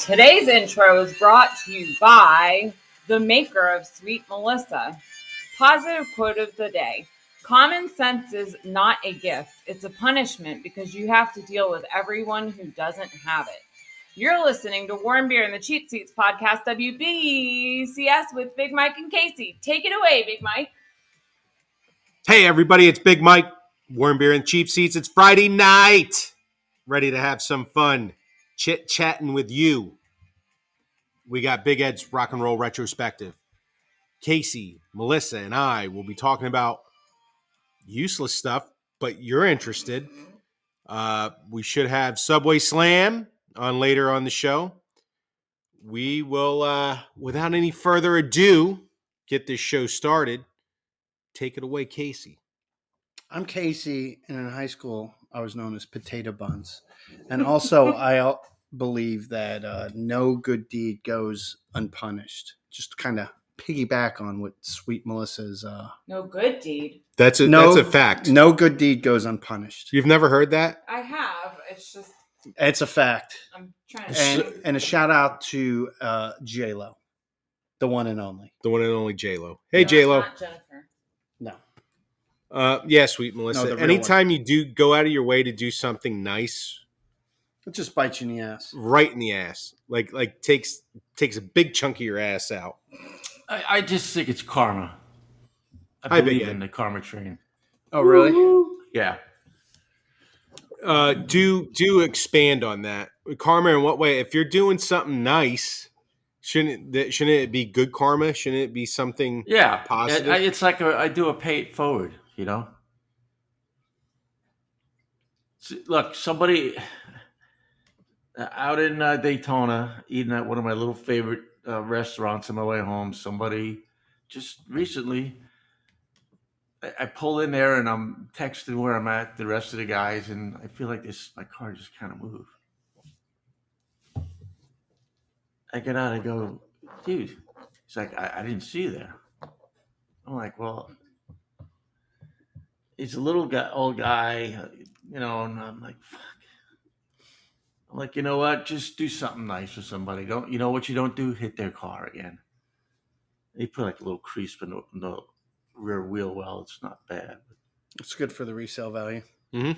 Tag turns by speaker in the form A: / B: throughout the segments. A: Today's intro is brought to you by the maker of Sweet Melissa. Positive quote of the day Common sense is not a gift, it's a punishment because you have to deal with everyone who doesn't have it. You're listening to Warm Beer and the Cheap Seats podcast, WBCS, with Big Mike and Casey. Take it away, Big Mike.
B: Hey, everybody, it's Big Mike, Warm Beer and Cheap Seats. It's Friday night. Ready to have some fun chit chatting with you. We got Big Ed's Rock and Roll Retrospective. Casey, Melissa, and I will be talking about useless stuff, but you're interested. Uh, we should have Subway Slam on later on the show. We will, uh, without any further ado, get this show started. Take it away, Casey.
C: I'm Casey, and in high school, I was known as Potato Buns. And also, I al- believe that uh, no good deed goes unpunished. Just kind of piggyback on what Sweet Melissa's. Uh,
A: No good deed.
B: That's a
C: No-
B: that's a fact.
C: no good deed goes unpunished.
B: You've never heard that?
A: I have. It's just,
C: It's a fact.
A: I'm trying to.
C: And, and a shout out to uh, J Lo, the one and only.
B: The one and only J Lo. Hey
A: No,
B: J Lo.
A: not Jennifer.
C: No,
B: Uh, yeah, sweet Melissa.
C: the real
B: Anytime you do go out of your way to do something nice,
C: it just bites you in the ass.
B: right in the ass, like like takes takes a big chunk of your ass out.
D: I, I just think it's karma. I
B: Hi, Big
D: believe
B: Ed.
D: in the karma train.
C: Oh, really?
D: Yeah.
B: Uh, do do expand on that karma in what way? If you're doing something nice, shouldn't that shouldn't it be good karma? Shouldn't it be something?
D: Yeah.
B: Positive.
D: I, I- it's like a, I do a pay it forward, you know? S- Look, somebody uh, out in uh, Daytona eating at one of my little favorite uh, restaurants on my way home, somebody just recently, I, I pull in there and I'm texting where I'm at, the rest of the guys, and I feel like this, my car just kind of moved. I get out, I go, dude, He's like, I, I didn't see you there. I'm like, well, he's a little guy, old guy, you know, and I'm like, fuck. I'm like, you know what? Just do something nice for somebody. Don't you know what you don't do? Hit their car again. They put like a little crease in the, in the rear wheel well. It's not bad.
C: It's good for the resale value.
D: Yeah,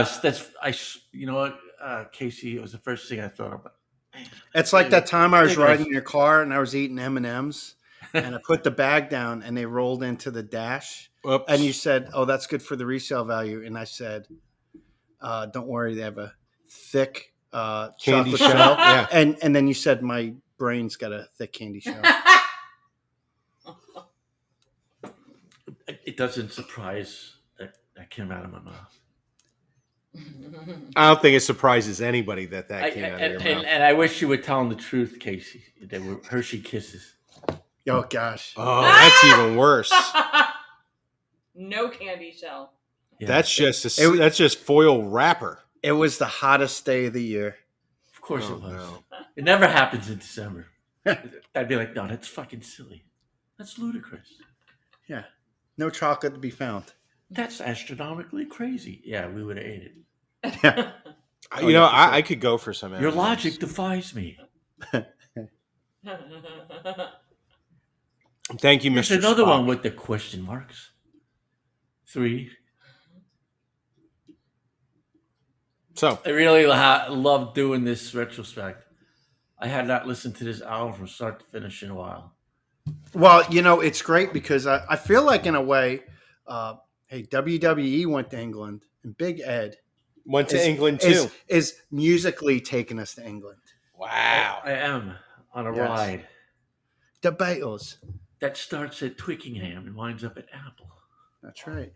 D: it's- that's I. s- You know what, uh, Casey? It was the first thing I thought about.
C: It's like that time I was
D: Ridiculous.
C: riding your car and I was eating M and M's, and I put the bag down and they rolled into the dash.
B: Oops.
C: And you said, "Oh, that's good for the resale value." And I said, uh, "Don't worry, they have a thick uh,
B: Candy
C: chocolate
B: shell,
C: shell."
B: yeah.
C: And and then you said, "My brain's got a thick candy shell."
D: It, it doesn't surprise that that came out of my mouth.
B: I don't think it surprises anybody that that
D: I,
B: came out
D: and,
B: of your
D: and,
B: mouth.
D: and I wish you were telling the truth, Casey. They were Hershey kisses.
C: oh gosh,
B: oh, that's even worse.
A: no candy shell.
D: Yeah,
B: That's just a, s-
C: It-
B: that's just foil wrapper.
C: it was the hottest day of the year.
D: of course
B: Oh,
D: it was.
B: no.
D: It never happens in December. I'd be like, no, that's fucking silly. That's ludicrous.
C: No chocolate to be found.
D: That's astronomically crazy. Yeah, we would have ate it.
C: Yeah.
B: I-
C: Oh,
B: you know,
C: yeah, for sure.
B: I, I could go for some.
D: Your
B: M&Ms.
D: logic defies me.
A: Oh,
B: Thank you,
D: There's
B: Mister.
D: another
B: Spock.
D: one with the question marks. Three.
B: So
D: I really la- love doing this retrospect. I had not listened to this album from start to finish in a while.
C: Well, you know, it's great because I, I feel like in a way, uh, hey, WWE went to England and Big Ed
B: went to
C: is-
B: England too.
C: is, is musically taking us to England.
B: wow.
D: I am on a
C: Yes.
D: ride.
C: The Beatles.
D: that starts at Twickenham and winds up at Apple.
C: That's right.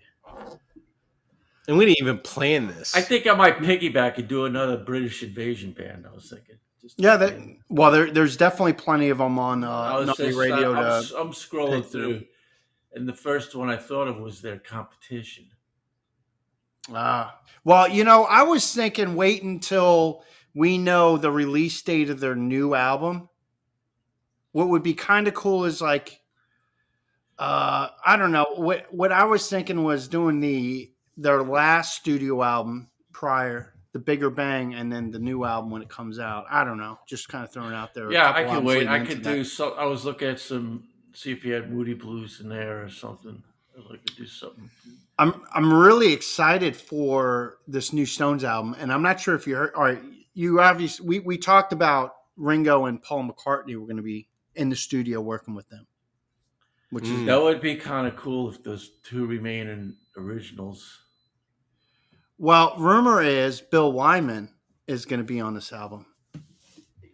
B: And we didn't even plan this.
D: I think I might piggyback and do another British invasion band. I was thinking. Just
C: Yeah, that, well, there, there's definitely plenty of them on
D: I
C: uh,
D: was
C: Nutty
D: just-
C: Radio.
D: I'm,
C: to-
D: I'm scrolling
C: pick through.
D: through, and the first one I thought of was their competition.
C: Ah. well, you know, I was thinking wait until we know the release date of their new album. What would be kind of cool is like, uh, I don't know. What what I was thinking was doing the their last studio album prior the bigger bang and then the new album when it comes out. I don't know. Just kind of throwing out there. a
D: Yeah,
C: couple
D: I could
C: albums
D: wait.
C: leading
D: I
C: into
D: could
C: that.
D: do so. I was looking at some, see if you had Moody Blues in there or something. I was like, do something.
C: I'm I'm really excited for this new Stones album, and I'm not sure if you heard. All right, you obviously we we talked about Ringo and Paul McCartney were going to be in the studio working with them, which
B: Mm.
C: is
D: That would be kind of cool if those two remaining originals.
C: well, rumor is Bill Wyman is going to be on this album.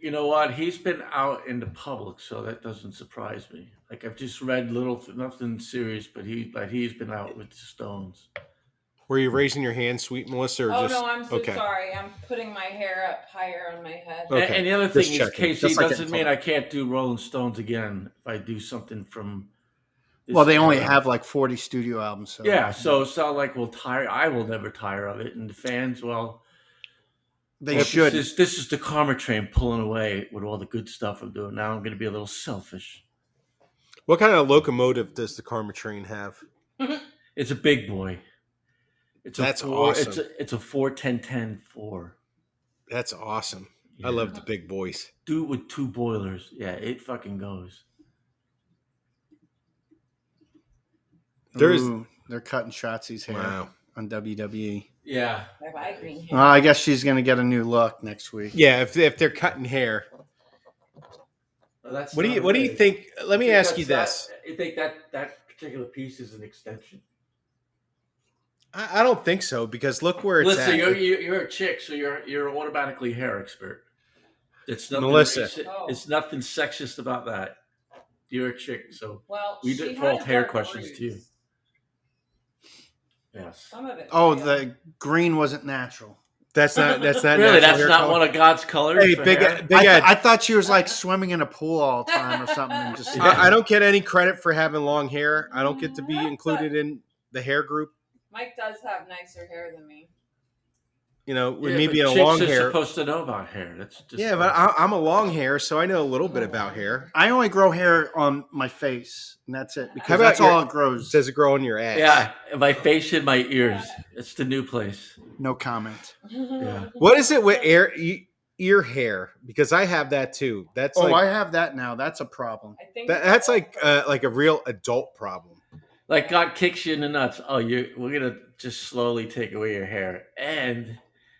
D: You know what? He's been out in the public, so that doesn't surprise me. Like I've just read little, nothing serious, but he, but he's been out with the Stones.
B: Were you raising your hand, sweet Melissa? Or
A: Oh
B: just,
A: no, I'm so
B: okay.
A: sorry. I'm putting my hair up higher on my head.
B: Okay.
D: And, and the other
B: just
D: thing is,
B: checking.
D: Casey
B: Just like
D: doesn't
B: it's
D: mean
B: all-
D: I can't do Rolling Stones again if I do something from. this
C: Well, they only
D: era.
C: have like 40 studio albums. So
D: Yeah, so it's not like we'll tire. I will never tire of it, and the fans, well,
C: they
D: well,
C: should.
D: This is, this is the karma train pulling away with all the good stuff I'm doing. Now I'm going to be a little selfish.
B: What kind of locomotive does the Karma train have?
D: It's a big boy. It's a
B: That's
D: four,
B: awesome.
D: It's a, it's a four ten ten four.
B: That's awesome.
D: Yeah.
B: I love the big boys.
D: Dude with two boilers. Yeah, it fucking goes.
B: there is-
C: Ooh, they're cutting Shotzi's hair
B: Wow.
C: on WWE.
D: Yeah,
A: I buy green hair.
C: Well, I guess she's going to get a new look next week.
B: Yeah, if, if they're cutting hair,
D: Well, that's
B: what do you
D: not
B: what do you
D: okay.
B: think? Let
D: I
B: me
D: think
B: ask you
D: that's
B: this.
D: not- I think that that particular piece is an extension.
B: I, I don't think so because look where it's
D: Melissa,
B: at.
D: you're, you're you're a chick, so you're you're automatically hair expert. It's nothing,
B: Melissa.
D: It's, it's nothing sexist about that. You're a chick, so
A: Well,
D: We
A: she had
D: did
A: a
D: fault hair
A: dark
D: questions
A: roots.
D: to you. yes.
A: Some of it.
C: Oh,
A: yeah.
C: the green wasn't natural.
B: That's not that's not natural
D: really, that's
B: hair
D: not
B: color.
D: one of God's colors.
B: Hey,
D: for
B: big uh,
D: hair.
B: big
C: I, th-
B: Ed.
C: I thought she was like swimming in a pool all the time or something. And just
D: Yeah.
B: I, I don't get any credit for having long hair. I don't get to be included in the hair group.
A: Mike does have nicer hair than me.
B: You know, with
D: Yeah,
B: me
D: but
B: being a
D: chicks
B: long
D: are
B: hair.
D: supposed to know about hair. That's just
B: Yeah, but I, I'm a long hair, so I know a little bit about hair.
C: I only grow hair on my face, and that's it. Because
B: about
C: that's all
B: your-
C: it grows.
B: Does it grow on your ass?
D: yeah, my face and my ears. It's the new place.
C: No comment.
D: Yeah.
B: What is it with ear e- ear hair? Because I have that too. That's
C: oh,
B: like
C: I have that now. That's a problem.
A: I think
B: that, that's like uh, like a real adult problem.
D: Like God kicks you in the nuts. Oh, you we're gonna just slowly take away your hair, and you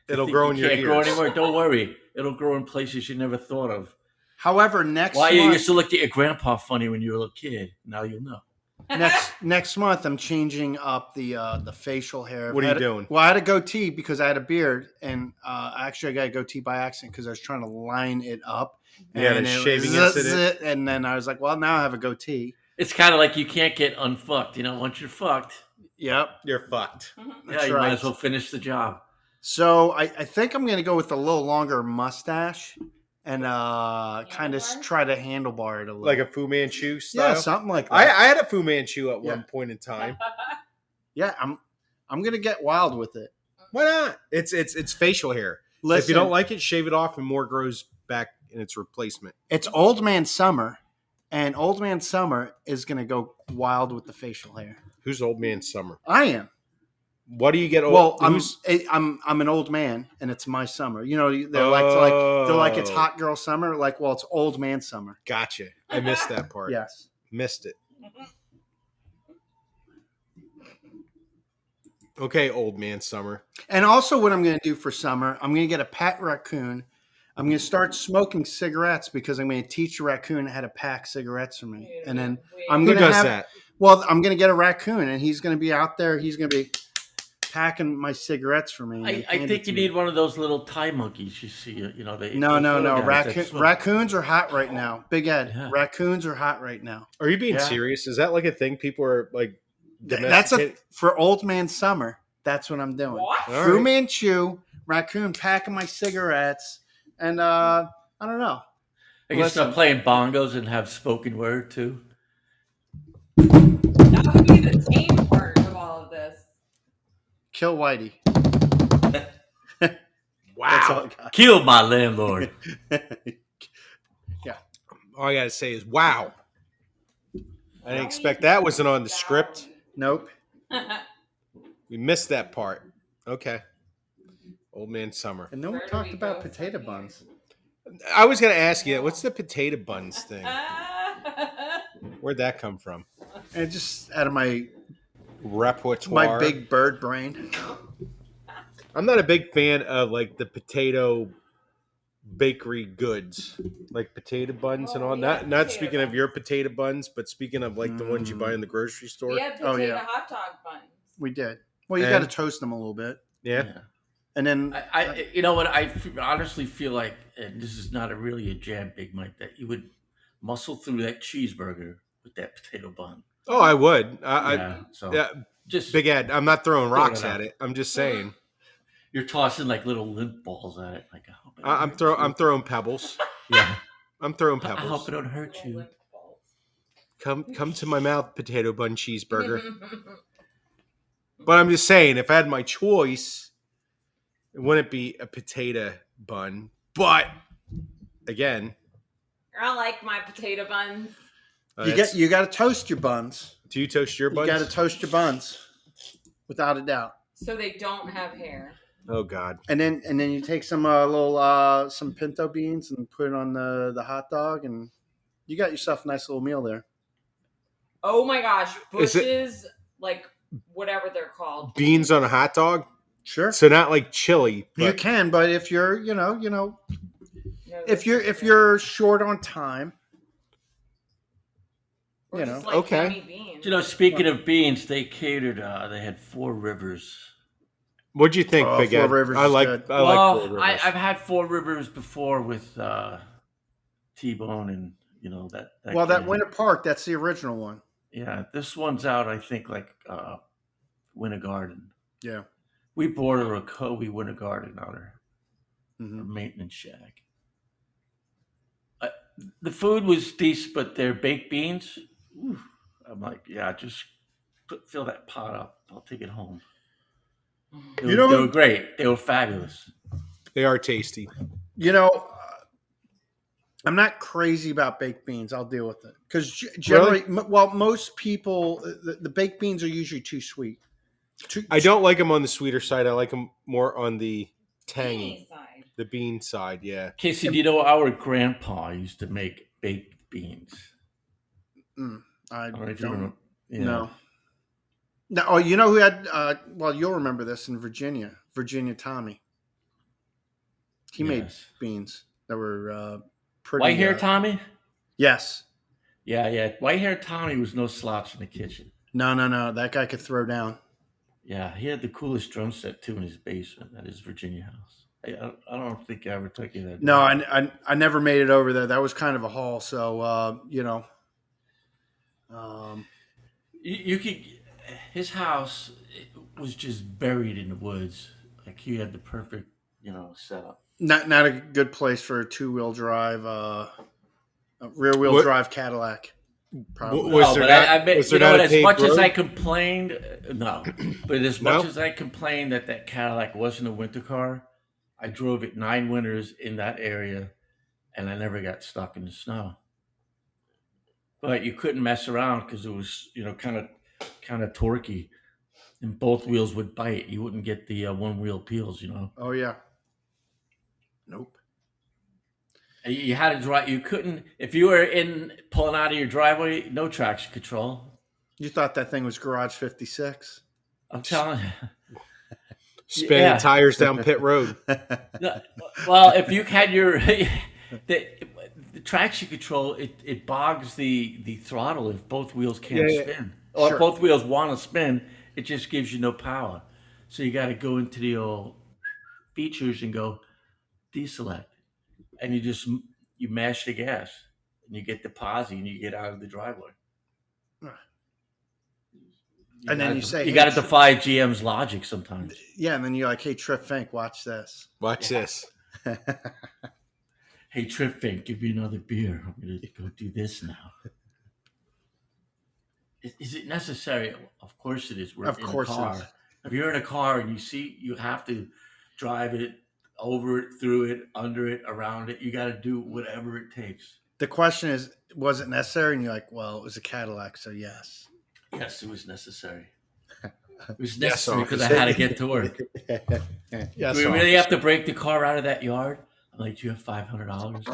B: It'll
D: think
B: grow
D: you
B: in your
D: can't grow
B: ears.
D: anymore. Don't worry, it'll grow in places you never thought of.
C: However, next
D: Why you used
C: month,
D: to look at your grandpa funny when you were a little kid? Now you'll know.
C: next next month, I'm changing up the uh, the facial hair.
B: What are you
C: I had a-
B: doing?
C: Well, I had a goatee because I had a beard, and uh, actually, I got a goatee by accident because I was trying to line it up.
B: Yeah, the
C: and it was
B: shaving
C: zzz,
B: incident.
C: zzz, and then I was like, well, now I have a goatee.
D: It's kind of like you can't get unfucked. You know, once you're fucked,
C: Yep,
B: You're fucked.
D: yeah,
C: that's
D: you might
C: right.
D: as well finish the job.
C: So I, I think I'm gonna go with a little longer mustache and uh kind of
A: Handlebar?
C: try to handlebar it a little.
B: Like a Fu Manchu
C: yeah,
B: style.
C: something like
B: I,
C: that.
B: I had a Fu Manchu at one
C: Yeah.
B: point in time.
C: yeah, I'm I'm gonna get wild with it.
B: Why not? It's it's it's facial hair.
C: Listen,
B: if you don't like it, shave it off, and more grows back in its replacement.
C: it's old man summer, and old man summer is gonna go wild with the facial hair.
B: Who's old man summer?
C: I am.
B: What do you get? Old,
C: well, I'm
B: who's-
C: I- I'm I'm an old man, and it's my summer. You know, they're like like they're like it's
B: Oh.
C: hot girl summer. Like, well, it's old man summer.
B: Gotcha. I missed that part.
C: Yes.
B: missed it. Okay, old man summer.
C: And also, what I'm going to do for summer, I'm going to get a pet raccoon. I'm going to start smoking cigarettes because I'm going to teach a raccoon how to pack cigarettes for me. And then, I'm
B: Who
C: gonna
B: does
C: have-
B: that?
C: well, I'm going to get a raccoon, and he's going to be out there. He's going to be packing my cigarettes for me. and
D: I, I
C: hand it
D: think
C: to
D: you
C: me.
D: need one of those little tie monkeys. You see, you know they.
C: No,
D: those
C: no,
D: little
C: no.
D: guys that
C: Raccoon,
D: swim.
C: raccoons are hot right now. Big Ed,
D: Yeah.
C: raccoons are hot right now.
B: Are you being
D: Yeah.
B: serious? Is that like a thing people are like?
C: Th- That's a
B: domesticated?
C: for old man summer. That's what I'm doing.
A: What?
B: All
C: Fu
B: right.
C: Manchu, raccoon packing my cigarettes, and uh, I don't know.
D: I can start
C: Listen.
D: playing bongos and have spoken word too.
A: That would be the tame part of all of this.
C: Kill Whitey. That's all I
B: wow.
C: got.
D: Kill my landlord.
B: All I gotta say is wow. I
A: Why
B: didn't expect
A: you
B: that wasn't on the
A: down?
B: script.
C: Nope.
B: We missed that part. Okay. Old man summer.
C: And no one
A: Where do
C: talked
A: we
C: about
A: go from
C: potato
A: here?
C: buns.
B: I was gonna ask you that. What's the potato buns thing?
A: Ah.
B: Where'd that come from?
C: And just out of my
B: Repertoire.
C: my big bird brain.
B: I'm not a big fan of like the potato bakery goods, like potato buns and
A: Oh,
B: all.
A: yeah,
B: Not not
A: potato
B: speaking of
A: buns.
B: your potato buns, but speaking of like the ones you
C: Mm.
B: buy in the grocery store.
A: we had potato
C: Oh, yeah.
A: hot dog buns.
C: We did. Well, you
B: And-
C: got to toast them a little bit,
B: Yeah.
C: and then
D: I, I, you know what? I f- honestly feel like, and this is not a really a jam, Big Mike, that you would muscle through that cheeseburger with that potato bun.
B: Oh, I would. I, I
D: yeah, so
B: yeah,
D: just
B: Big Ed, I'm not throwing rocks
D: Throwing it
B: at
D: out.
B: it. I'm just saying.
D: you're tossing like little lint balls at it, like I hope it
B: I, I'm
D: hurts
B: throw
D: you.
B: I'm throwing pebbles.
D: Yeah,
B: I'm throwing
D: I hope
B: pebbles.
D: it don't hurt you.
B: Come come to my mouth, potato bun cheeseburger. But I'm just saying, if I had my choice, it wouldn't be a potato bun. But again,
A: I like my potato buns.
B: uh,
C: you
B: that's-
C: get you got to toast your buns.
B: Do you toast your
C: You
B: buns?
C: got to toast your buns, without a doubt.
A: So they don't have hair.
B: oh God!
C: And then and then you take some uh, little uh, some pinto beans and put it on the the hot dog, and you got yourself a nice little meal there.
A: Oh my gosh,
B: Is it-
A: bushes, like whatever they're called.
B: Beans on a hot dog,
C: Sure,
B: so not like chili.
C: you
B: But
C: can, but if you're you know you know
A: No,
C: if
A: this
C: you're
A: is
C: if
A: good.
C: you're short on time,
A: Or
C: you
A: just,
C: know.
A: like,
B: Okay.
A: honey beans.
D: You know, speaking of beans, they catered. Uh, they had Four Rivers.
B: what'd you think,
C: Oh,
B: Big
C: Four
B: Ed?
C: Rivers
B: I
C: is
B: like
C: good.
B: I like Four
D: well, I,
B: Rivers.
D: I've had Four Rivers before with uh, T Bone, and you know that.
C: well, that Winter
D: winter.
C: Park, that's the original one.
D: Yeah, this one's out. I think like uh, Winter Garden.
C: Yeah.
D: We border a Kobe Winter Garden on our, our
C: hmm
D: maintenance shack. Uh, the food was decent, but their baked beans. oof. I'm like, yeah, just put, fill that pot up. I'll take it home.
A: Mm-hmm.
D: They
C: You
D: were,
C: know-
D: they were great. They were fabulous.
B: they are tasty.
C: You know, uh, I'm not crazy about baked beans. I'll deal with it because generally, m- well, most people uh, the, the baked beans are usually too sweet. Too,
B: I don't like them on the sweeter side. I like them more on the tangy,
A: Bean side.
B: the bean side. Yeah.
D: Casey, do you know our grandpa used to make baked beans?
C: I
D: I don't know if you
C: don't
D: remember. Yeah.
C: No. No. Oh, you know who had? Uh, well, you'll remember this in Virginia. Virginia Tommy. He made
D: Yes.
C: beans that were uh, pretty.
D: White hair,
C: uh,
D: Tommy.
C: Yes.
D: Yeah, yeah. White hair Tommy was no slouch in the kitchen.
C: No, no, no. That guy could throw down.
D: Yeah, he had the coolest drum set too in his basement at his Virginia house. I, I don't- I don't think I ever took you that.
C: No, I, I, I never made it over there. That was kind of a haul. So, uh, you know, um,
D: you, you could. His house was just buried in the woods. Like he had the perfect, you know, setup.
C: not not a good place for a two wheel drive, uh, rear wheel
B: What-
C: drive Cadillac. Probably.
B: was
D: No,
B: there
D: but
B: not-
D: I, I bet,
B: was
D: you
B: there not
D: know, what,
B: a
D: as
B: paved
D: much as
B: road?
D: I complained, uh, no. But as
B: No?
D: much as I complained that that Cadillac wasn't a winter car, I drove it nine winters in that area, and I never got stuck in the snow. But you couldn't mess around because it was, you know, kind of, kind of torquey, and both wheels would bite. You wouldn't get the uh, one wheel peels, you know.
C: Oh yeah. Nope.
D: And Uh, You you had to drive. You couldn't if you were in pulling out of your driveway. No traction control.
C: You thought that thing was Garage Fifty Six.
D: I'm telling you.
B: Spinning
D: Yeah.
B: tires down pit road.
D: No, well, if you had your the, the traction control, it, it bogs the, the throttle if both wheels can't
B: Yeah, yeah.
D: spin, or
C: Sure.
D: if both wheels want to spin. It just gives you no power. So you got to go into the old features and go deselect, and you just you mash the gas and you get the posse and you get out of the driveway.
C: Right. And then
D: gotta
C: you
D: def-
C: say,
D: you
C: "Hey,
D: got to
C: Tr-
D: defy GM's logic sometimes.
C: Yeah, and then you're like, "Hey, Trip Fink, watch this."
B: Watch this.
D: Hey, Trip Fink, give me another beer. I'm going to go do this now. Is, is it necessary? Of course it is. We're
C: Of
D: in
C: course it
D: a car.
C: is.
D: If you're in a car and you see, you have to drive it over it, through it, under it, around it. You got to do whatever it takes.
C: The question is, was it necessary? And you're like, "Well, it was a Cadillac, so yes."
D: Yes, it was necessary. It was necessary because I had to get to work.
C: Yes,
D: Do we really have to break the car out of that yard? I'm like, do you have five hundred dollars?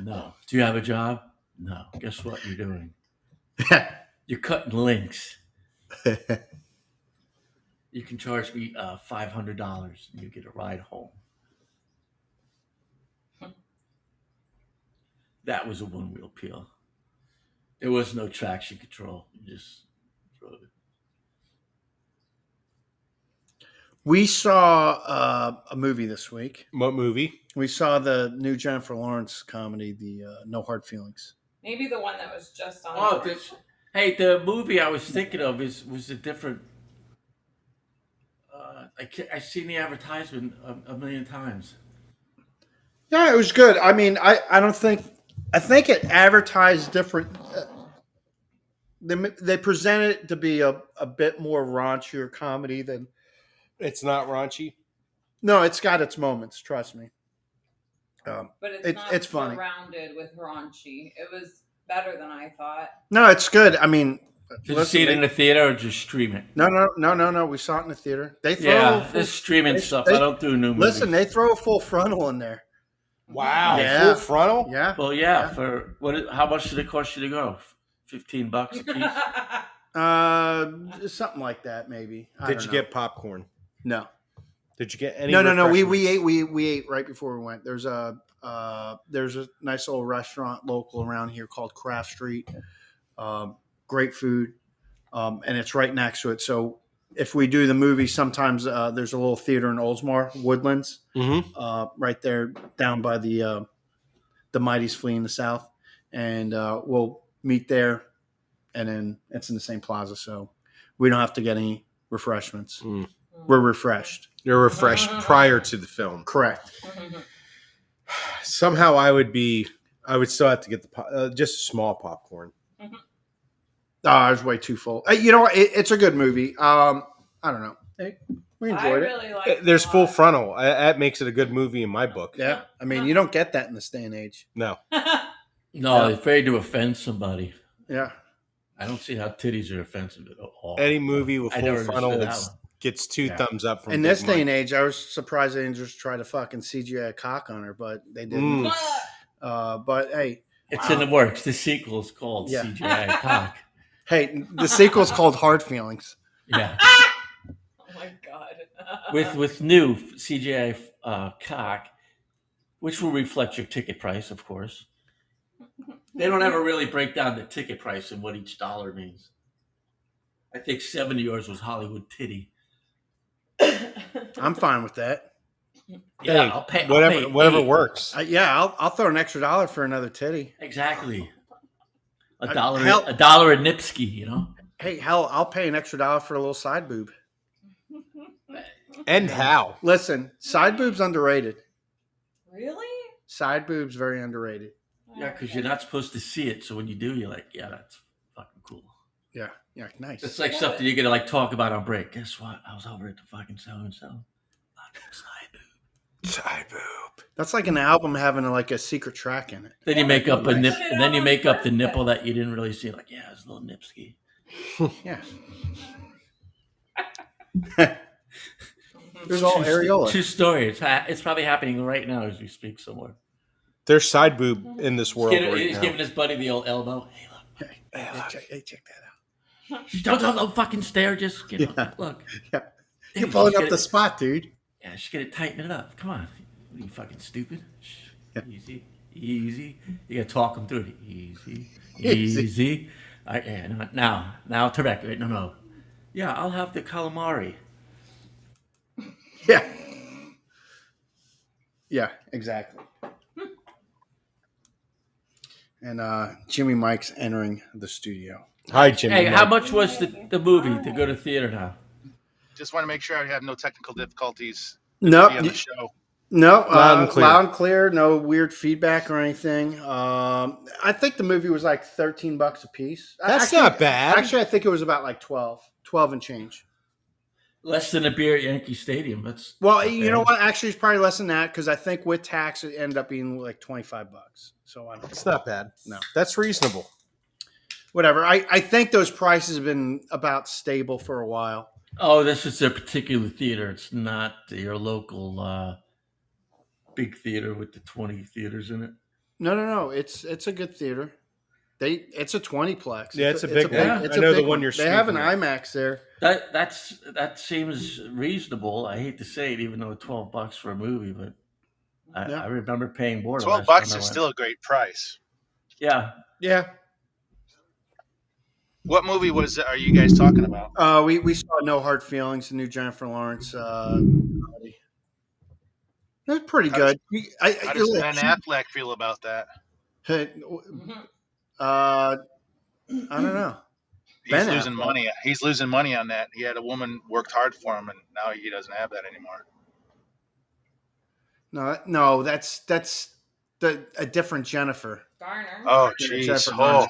D: No. Do you have a job? No. Guess what you're doing? You're cutting links. you can charge me uh, five hundred dollars, and you get a ride home. That was a one wheel peel. There was no traction control. You just drove it.
C: we saw uh, a movie this week.
B: What movie?
C: We saw the new Jennifer Lawrence comedy, the uh, No Hard Feelings.
A: Maybe the one that was just on.
D: Oh, this, hey, the movie I was thinking of is was a different. Uh, I can I've seen the advertisement a, a million times.
C: Yeah, it was good. I mean, I, I don't think I think it advertised different. uh, They they presented it to be a, a bit more raunchier comedy than
B: It's not raunchy.
C: no, it's got its moments. Trust me. Um,
A: but it's,
C: it's-
A: not
C: it's funny.
A: surrounded with raunchy. It was better than I thought.
C: no, it's good. I mean,
D: Did you
C: listen,
D: see it
C: they-
D: in the theater or just stream it?
C: no, no, no, no, no. We saw it in the theater. They throw
D: Yeah,
C: full-
D: this streaming
C: they-
D: stuff.
C: they-
D: I don't do new movies.
C: listen. They throw a full frontal in there.
B: Wow.
C: Yeah.
B: Full frontal?
C: Yeah.
D: well, yeah, for what? How much did it cost you to go? Fifteen bucks a piece.
C: Uh, something like that, maybe. I
B: Did
C: don't
B: you
C: know.
B: get popcorn?
C: no?
B: Did you get any?
C: No, no, no. We we
B: refreshments?
C: ate we we ate right before we went. There's a uh, there's a nice little restaurant local around here called Craft Street. Um, great food, um, and it's right next to it. So if we do the movie, sometimes uh, there's a little theater in Oldsmar Woodlands,
B: Mhm.
C: uh, right there down by the uh, the Mighty's Flea in the South, and uh, we'll meet there, and then it's in the same plaza, so we don't have to get any refreshments.
B: Mm.
C: We're refreshed.
B: You're refreshed
C: Uh,
B: prior to the film.
C: Correct.
A: Mm-hmm.
B: Somehow I would be, I would still have to get the, po- uh, just small popcorn.
C: Oh, I was way too full. Uh, you know, what? it, it's a good movie. Um, I don't know. Hey, we
A: I
C: enjoyed it.
A: really like. it a
B: Eh, There's
C: uh,
B: full
A: lot.
B: frontal. I, that makes it a good movie in my book.
C: Yeah, I mean, you don't get that in this day and age.
B: No.
D: No, they're afraid to offend somebody.
C: Yeah,
D: I don't see how titties are offensive at all.
B: Any movie with
D: I
B: full
D: never
B: frontal
D: understood that
B: is-
D: one.
B: gets two
D: Yeah.
B: thumbs up from
C: in
B: Big
C: this day
B: Mike.
C: and age, I was surprised they didn't just try to fucking CGI a cock on her, but they didn't.
B: Mm.
C: Uh, but hey,
D: It's in the works. The sequel is called
C: Yeah.
D: CGI cock.
C: hey, the sequel's called Hard Feelings.
D: Yeah,
A: Oh my god.
D: with with new CGI uh, cock, which will reflect your ticket price, of course. They don't ever really break down the ticket price and what each dollar means. I think seven of yours was Hollywood titty.
C: I'm fine with that.
D: Yeah,
B: Hey,
D: I'll pay I'll
B: Whatever,
D: pay
B: whatever
D: eight.
B: works.
C: Uh, yeah, I'll, I'll throw an extra dollar for another titty.
D: Exactly.
C: I-
B: Uh,
D: A dollar,
C: hell-
D: a dollar a nipsky, you know.
C: Hey, hell, I'll pay an extra dollar for a little side boob.
B: And how?
C: Listen, side boob's underrated.
A: really?
C: Side boob's very underrated.
D: Yeah, because you're not supposed to see it, so when you do, you're like, yeah, that's fucking cool.
C: Yeah, yeah, nice.
D: It's like something you're gonna like talk about on break. Guess what? I was over at the fucking so and so.
B: Side boob.
C: That's like an album having like a secret track in it.
D: Then you make up a
A: Nice.
D: nip, and then you make up the nipple that you didn't really see. Like, yeah, it's a little nipsky.
C: Yeah.
A: Mm-hmm.
C: There's all areola.
D: True story. It's ha- it's probably happening right now as we speak somewhere.
B: There's side boob in this
D: He's
B: world
D: giving,
B: right
D: he's
B: now.
D: giving his buddy the old elbow. Hey, look,
C: Hey, check, hey, check that out.
D: don't don't, don't fucking stare. Just you know, look.
C: Yeah.
D: Dude,
C: You're blowing
D: she's
C: up
D: gonna-
C: the spot, dude.
D: Yeah, she's gonna tighten it up. Come on. What are you fucking stupid? Shh. Easy. Easy. You gotta talk them through it. Easy.
C: Easy.
D: Easy. All right, yeah, no, now, now Tarek. Wait, no, no. Yeah, I'll have the calamari.
C: Yeah. Yeah, exactly. Hmm. And uh Jimmy Mike's entering the studio.
B: Hi, Jimmy.
D: Hey, how
B: Mike.
D: much was the, the movie to go to theater now?
E: Just want to make sure I have no technical difficulties
C: No,
E: to be on the show.
C: no,
B: Loud
C: uh,
B: and clear.
C: loud and clear. No weird feedback or anything. Um, I think the movie was like thirteen bucks a piece.
B: That's
C: Actually-
B: not bad.
C: Actually, I think it was about like 12, 12 and change.
D: Less than a beer at Yankee Stadium. That's
C: Well,
D: not
C: you
D: bad.
C: know what? Actually, it's probably less than that because I think with tax it ended up being like twenty five bucks. So I don't
B: It's not bad.
C: No.
B: that's reasonable.
C: whatever. I, I think those prices have been about stable for a while.
D: Oh, this is their particular theater. It's not your local uh, big theater with the 20 theaters in it.
C: No, no, no. It's it's a good theater. They it's a twenty plex.
B: Yeah, it's a big one.
C: It's
B: I
C: a
B: know the
C: big
B: one you're
C: They have an
B: speaking of.
C: IMAX there.
D: That that's that seems reasonable. I hate to say it, even though it's 12 bucks for a movie, but I,
C: Yeah.
D: I remember paying more. the last
E: Twelve
D: time
E: bucks
D: I
E: is
D: went.
E: still a great price.
D: yeah.
B: Yeah.
E: What movie was are you guys talking about?
C: Uh, we we saw No Hard Feelings, the new Jennifer Lawrence. Uh, comedy. It was pretty
E: How
C: good. We- I,
E: How
C: I,
E: does
C: look,
E: Ben Affleck feel about that?
A: Mm-hmm.
C: uh, I don't know.
E: He's
C: Ben
E: losing
C: Affleck.
E: money. He's losing money on that. He had a woman worked hard for him, and now he doesn't have that anymore.
C: No, no, that's that's the, a different Jennifer.
A: Garner.
E: Oh
C: Yeah,
E: jeez.
C: Jennifer
E: Oh,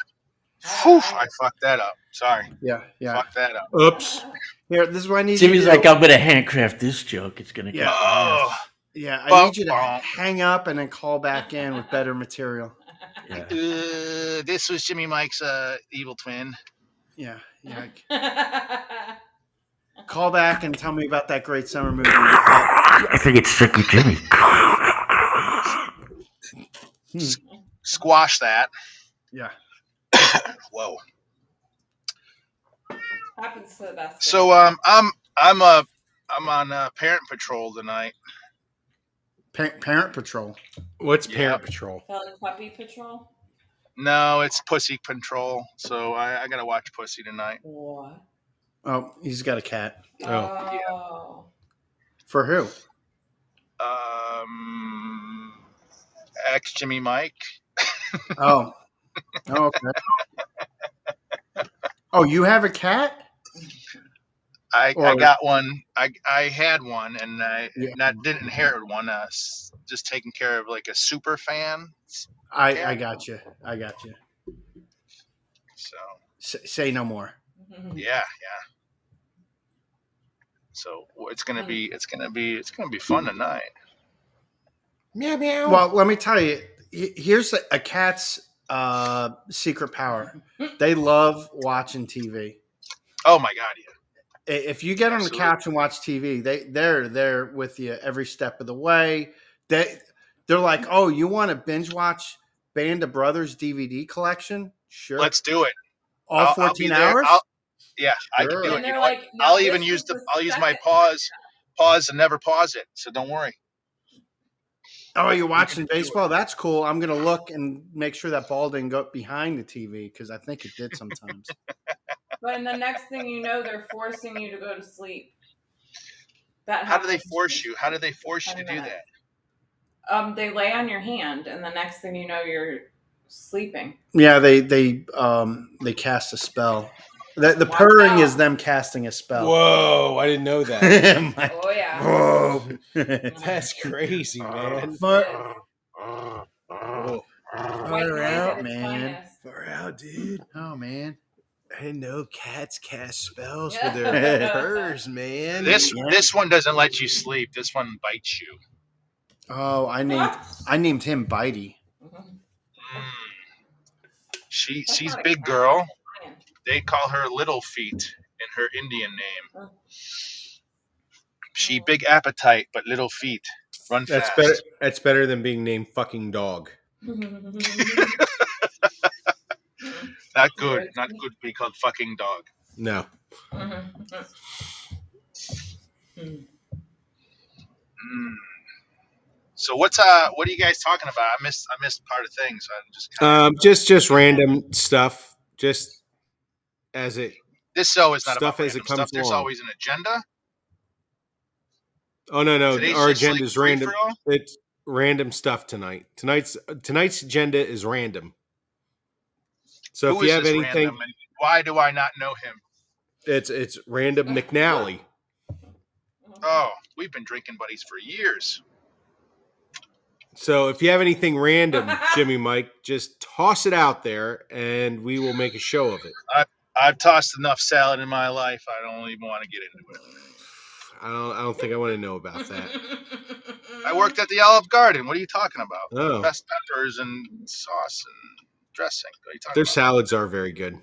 E: Whew, I fucked that up. Sorry,
C: Yeah, yeah.
E: fucked that up.
B: Oops.
C: Oh. Here, this is what I need.
D: Jimmy's
C: you to
D: like, I'm gonna handcraft this joke. It's gonna
C: Yeah.
D: go.
E: Oh,
C: do. yeah. I
E: Bum,
C: need you to
E: bum.
C: hang up and then call back in with better material.
D: Yeah.
E: uh, this was Jimmy Mike's uh, evil twin.
C: Yeah, yeah.
A: yeah.
C: Call back and tell me about that great summer movie.
D: I think it's sick with Jimmy.
E: Squash that.
C: Yeah.
E: Whoa.
A: Happens to the best. of
E: So um, I'm I'm uh I'm on uh, Parent Patrol tonight.
C: Pa- Parent Patrol.
B: What's
E: Yeah.
B: Parent Patrol?
E: uh,
A: us. Fellow puppy patrol.
E: No, it's Pussy Control. So I, I gotta watch Pussy tonight.
A: What?
C: Oh, he's got a cat.
A: Oh.
C: For who?
E: Um, ex Jimmy Mike.
C: Oh. Oh, okay. Oh, you have a cat?
E: I, I
C: Or-
E: got one. I, I had one, and I
C: Yeah.
E: not didn't inherit one. Uh, s- just taking care of like a super fan.
C: I, I got you. I got you.
E: So
C: S- say no more.
E: yeah, yeah. So it's gonna be it's gonna be it's gonna be fun tonight.
B: Meow meow.
C: Well, let me tell you. he- Here's a, a cat's uh, secret power. They love watching TV.
E: Oh my god, yeah.
C: I- If you get on the
E: Absolutely.
C: couch and watch TV, they they're there with you every step of the way. They they're like, oh, you want to binge watch Band of Brothers DVD collection? Sure,
E: Let's do it.
C: all
E: I'll- I'll
C: 14
E: be there.
C: hours.
E: I'll- yeah, I can
C: Sure.
E: do
A: And
E: it. You
A: they're
E: know, what?
A: like, "Now
E: I'll
A: this
E: even
A: is
E: use the,
A: the
E: I'll use my
A: second."
E: pause pause and never pause it. So don't worry.
C: oh,
E: you
C: you're
E: can
C: watching
E: do it.
C: baseball? That's cool. I'm gonna look and make sure that ball didn't go behind the TV because I think it did sometimes.
A: But in the next thing you know, they're forcing you to go to sleep. That
E: How do they
A: happens.
E: force you? How do they force you
A: I
E: to
A: don't
E: do
A: know.
E: that?
A: Um, they lay on your hand, and the next thing you know, you're sleeping.
C: Yeah, they they um they cast a spell. The, the
A: Wow.
C: purring is them casting a spell.
B: Whoa, I didn't know that.
C: My-
A: Oh yeah.
C: Whoa.
B: That's crazy, man.
C: Fur-
B: Whoa.
A: White
C: fur
A: noise at
C: out,
A: its
C: man.
A: finest.
B: Far out, dude.
C: Oh man.
B: I didn't know cats cast spells
A: Yeah.
B: with their furs, man.
E: This
C: Yeah.
E: this one doesn't let you sleep. This one bites you.
C: Oh, I named I named him Bitey.
E: She
A: Mm. That's
E: she's
A: not a
E: big
A: cat.
E: girl.
A: Lion.
E: They call her Little Feet in her Indian name.
A: Oh.
E: She big appetite but little feet. Run
B: That's
E: fast.
B: better. That's better than being named fucking dog.
E: Not good. Not good to be called fucking dog.
B: No.
E: Mm. So what's uh what are you guys talking about? I missed I missed part of things. I'm just kind
B: Um, just just random stuff. Just as it.
E: this show is not
B: stuff
E: about
B: as it
E: random stuff.
B: comes
E: There's
B: along.
E: always an agenda.
B: Oh no no,
E: Today's
B: our
E: just, like,
B: agenda is
E: free
B: random.
E: for all.
B: It's random stuff tonight. Tonight's tonight's agenda is random. So
E: Who
B: if you
E: is
B: have
E: this
B: anything,
E: random and why do I not know him?
B: it's it's random McNally.
E: Oh, we've been drinking buddies for years.
B: So if you have anything random, Jimmy Mike, just toss it out there and we will make a show of it.
E: I've tossed enough salad in my life. I don't even want to get into it.
B: I don't I don't think I want to know about that.
E: I worked at the Olive Garden. What are you talking about?
B: Oh.
E: Best peppers and sauce and dressing. What are you talking
B: Their
E: about?
B: salads are very good.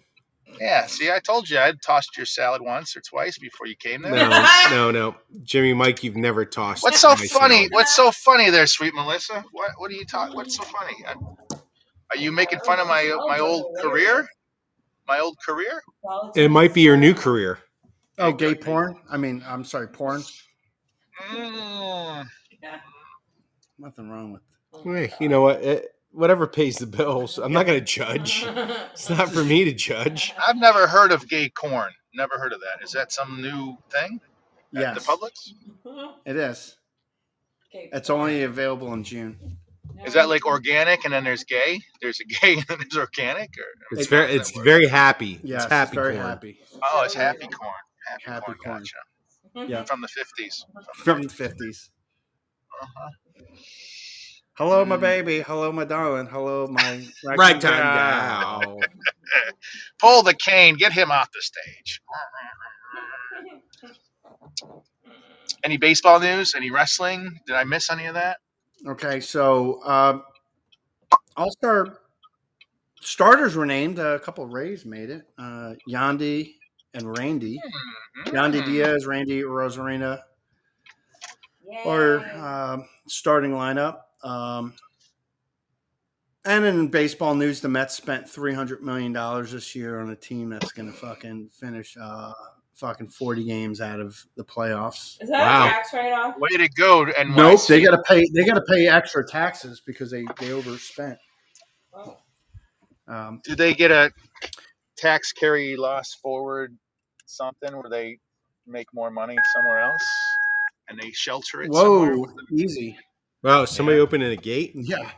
E: Yeah, see, I told you I'd tossed your salad once or twice before you came there.
B: No, no, no, Jimmy, Mike, you've never tossed.
E: What's so
B: my
E: funny?
B: salad.
E: What's so funny there, sweet Melissa? What What are you talking? What's so funny? I, are you making fun of my my old career? My old career?
B: It might be your new career.
C: Oh, gay porn? I mean, I'm sorry, porn.
E: Mm.
C: Nothing wrong with.
B: Hey, you know what? It, whatever pays the bills. I'm not going to judge. It's not for me to judge.
E: I've never heard of gay corn. Never heard of that. Is that some new thing at
C: Yes,
E: the Publix?
C: it is. It's only available in June.
E: Is that like organic and then there's gay? There's a gay and then there's organic? Or,
B: It's
E: how
B: very,
E: does that
B: it's
E: work?
B: very happy.
C: Yes,
B: it's
C: it's
B: happy.
C: very
B: corn.
C: happy.
E: Oh, it's happy corn. Happy,
C: Happy
E: corn.
C: corn.
E: Gotcha.
C: Yeah,
E: From the 50s.
C: from the fifties.
E: Uh-huh.
C: Hello, my
E: Mm.
C: baby. Hello, my darling. Hello, my
B: Ragtime
C: gal.
B: gal.
E: Pull the cane. Get him off the stage. Any baseball news? Any wrestling? Did I miss any of that?
C: Okay, so um, All Star starters were named. uh, a couple of Rays made it. Uh, Yandy and Randy. Yandy
E: Mm. Mm-hmm.
C: Diaz, Randy Rosarina, or um, starting lineup. Um, and in baseball news, the Mets spent three hundred million dollars this year on a team that's going to fucking finish uh, fucking forty games out of the playoffs.
A: Is that
B: Wow.
A: a tax write off?
E: Way to go. And
C: Nope, they got to pay. They got to pay extra taxes because they they overspent.
A: Oh,
C: Um,
E: Do they get a tax carry loss forward something where they make more money somewhere else and they shelter it somewhere?
C: whoa, easy.
B: Wow, somebody opening a gate.
C: Yeah.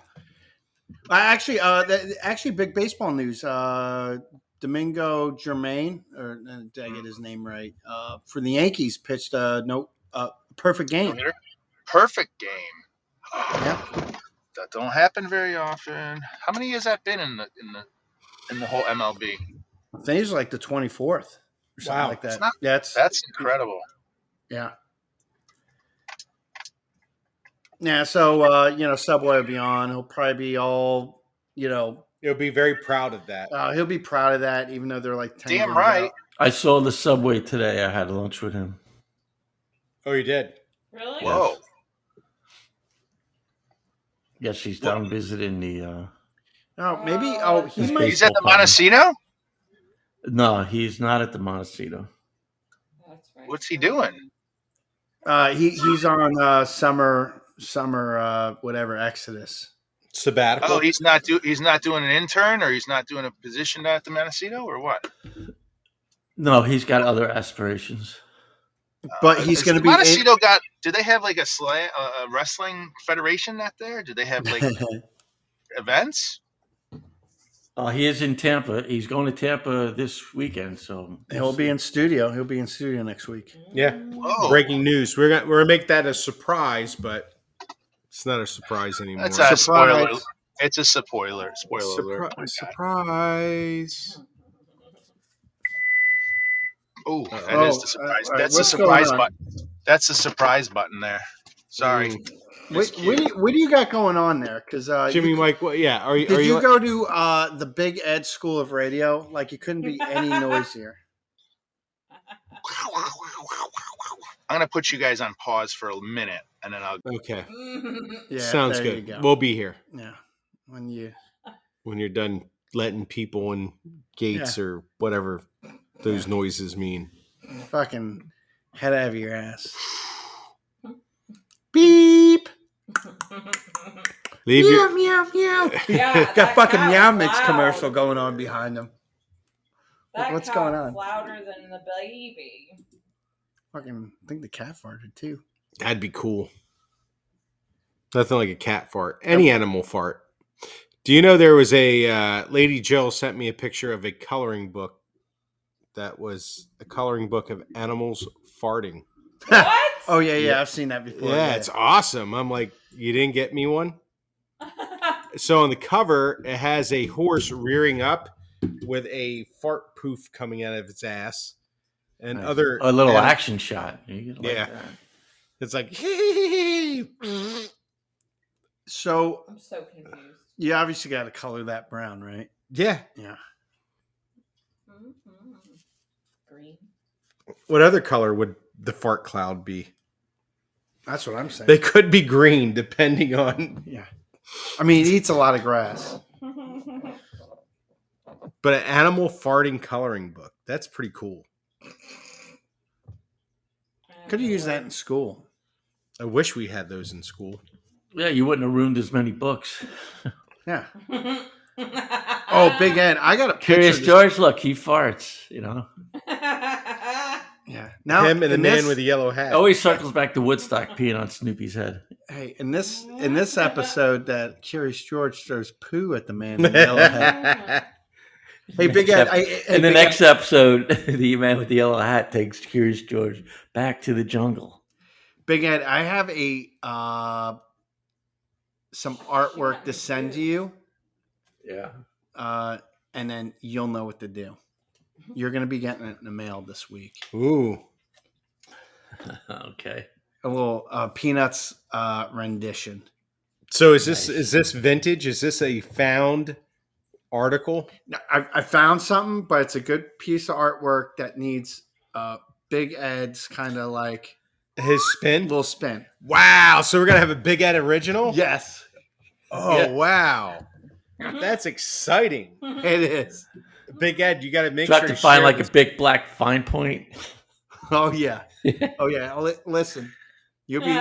C: I actually, uh, th- actually, big baseball news. Uh, Domingo Germain, or uh, did I get
E: Mm-hmm.
C: his name right? Uh, for the Yankees, pitched a no, uh, perfect game.
E: Later. Perfect game.
C: Yeah.
E: That don't happen very often. How many has that been in the in the in the whole MLB?
C: I think it was like the twenty fourth or something
B: Wow.
C: like that.
E: It's not
C: yeah, it's,
E: That's incredible.
C: yeah, yeah. So uh, you know, Subway will be on. He'll probably be all, you know,
B: You'll be very proud of that.
C: uh, he'll be proud of that. Even though they're like 10
E: Damn
C: games
E: right.
C: out.
D: I saw the subway today. I had lunch with him.
B: Oh, you did.
A: Really?
D: Yes.
E: Whoa.
D: Yeah, she's down visiting the. Uh,
C: Oh, maybe. Oh, he
A: He's
C: might.
E: He's at the
D: Baseball partner.
E: Montecino?
D: no, he's not at the Montecito.
A: That's right.
E: What's he doing?
C: Uh, he he's on uh, summer summer uh, whatever Exodus.
B: Sabbatical.
E: Oh, he's not do he's not doing an intern or he's not doing a position at the Montecino or what?
D: No, he's got other aspirations.
C: But he's
E: Is
C: going to
E: the
C: be. in-
E: Montecito got. Do they have like a, sla- a a wrestling federation out there? Do they have like events?
D: Uh, he is in Tampa. He's going to Tampa this weekend. So
C: He'll be in studio. He'll be in studio next week.
B: yeah.
E: Whoa,
B: Breaking news. We're gonna we're gonna make that a surprise, but it's not a surprise anymore.
E: that's a spoiler.
C: Surprise.
E: It's a spoiler. Spoiler alert.
B: Surprise! Surprise!
E: Oh, that is
B: Oh,
E: the surprise.
C: all right,
E: That's the
C: what's going
E: surprise
C: on?
E: button. That's the surprise button there. Sorry.
B: Mm.
C: What,
E: Excuse
C: what, do you, what do you got going on there? Because uh,
B: Jimmy,
C: you-
B: Mike, what, yeah. Are, you- are
C: did
B: you?
C: you go to uh, the Big Ed School of Radio? Like you couldn't be any noisier.
E: I'm gonna put you guys on pause for a minute, and then I'll.
B: okay.
C: Yeah,
B: Sounds
C: there
B: good.
C: You go.
B: We'll be here
C: yeah, when you
B: when you're done letting people in gates or whatever those noises mean.
C: fucking head out of your ass. Beep.
B: Leave
C: Meow
B: your
C: meow meow.
A: Yeah,
C: Got
A: that
C: fucking
A: cat
C: meow
A: was
C: mix
A: loud.
C: commercial going on behind him.
A: That
C: What's
A: cat
C: going
A: was
C: on?
A: Louder than the baby.
C: Fucking I think the cat farted too.
B: That'd be cool. Nothing like a cat fart. Any animal fart. Do you know there was a uh, lady Jill sent me a picture of a coloring book that was a coloring book of animals farting.
A: What?
C: Oh yeah, yeah,
B: Yeah.
C: I've seen that before.
B: Yeah, it's awesome. I'm like, you didn't get me one? So on the cover, it has a horse rearing up with a fart poof coming out of its ass. And
D: Nice.
B: other
D: a little
B: anim-
D: action shot. You could like
B: Yeah.
D: that.
B: It's like hee hee hee.
C: So
A: I'm so confused.
C: you obviously got to color that brown, right?
B: Yeah.
C: Yeah.
A: Mhm. Green.
B: What other color would the fart cloud be?
C: That's what I'm saying.
B: They could be green, depending on.
C: yeah. I mean, it eats a lot of grass.
A: Mm-hmm.
B: But an animal farting coloring book. That's pretty cool.
C: Could have used that in school.
B: I wish we had those in school.
D: Yeah, you wouldn't have ruined as many books.
C: Yeah.
A: oh,
C: Oh, Big Ed, I got a picture
D: Curious
C: this-
D: George, look, he farts. You know,
C: Yeah. Now
B: Him and the
C: in
B: man
C: this- Oh,
B: with the yellow hat.
D: always circles back to Woodstock peeing on Snoopy's head.
C: Hey, in this in this episode, that Curious George throws poo at the man in the yellow hat. Hey, Big Ed, I, hey,
D: In the
C: Big
D: next
C: Ed,
D: episode, the man with the yellow hat takes Curious George back to the jungle.
C: Big Ed, I have a uh, some artwork to send to you,
D: Yeah.
C: uh, and then you'll know what to do. You're going to be getting it in the mail this week.
B: Ooh.
D: Okay.
C: A little uh, Peanuts uh, rendition.
B: So is this
D: Nice.
B: is this vintage? Is this a found article?
C: Now, I, I found something, but it's a good piece of artwork that needs uh, Big Ed's kind of like
B: His spin.
C: little spin.
B: Wow. So we're gonna have a big ad original.
C: Yes,
B: Oh
C: Yeah.
B: wow, that's exciting.
C: it is.
B: Big Ed, you got to make
D: Do I
B: sure
D: have to find
B: share
D: like a
B: this.
D: big black fine point?
C: Oh yeah. Oh yeah. Li- listen, you'll be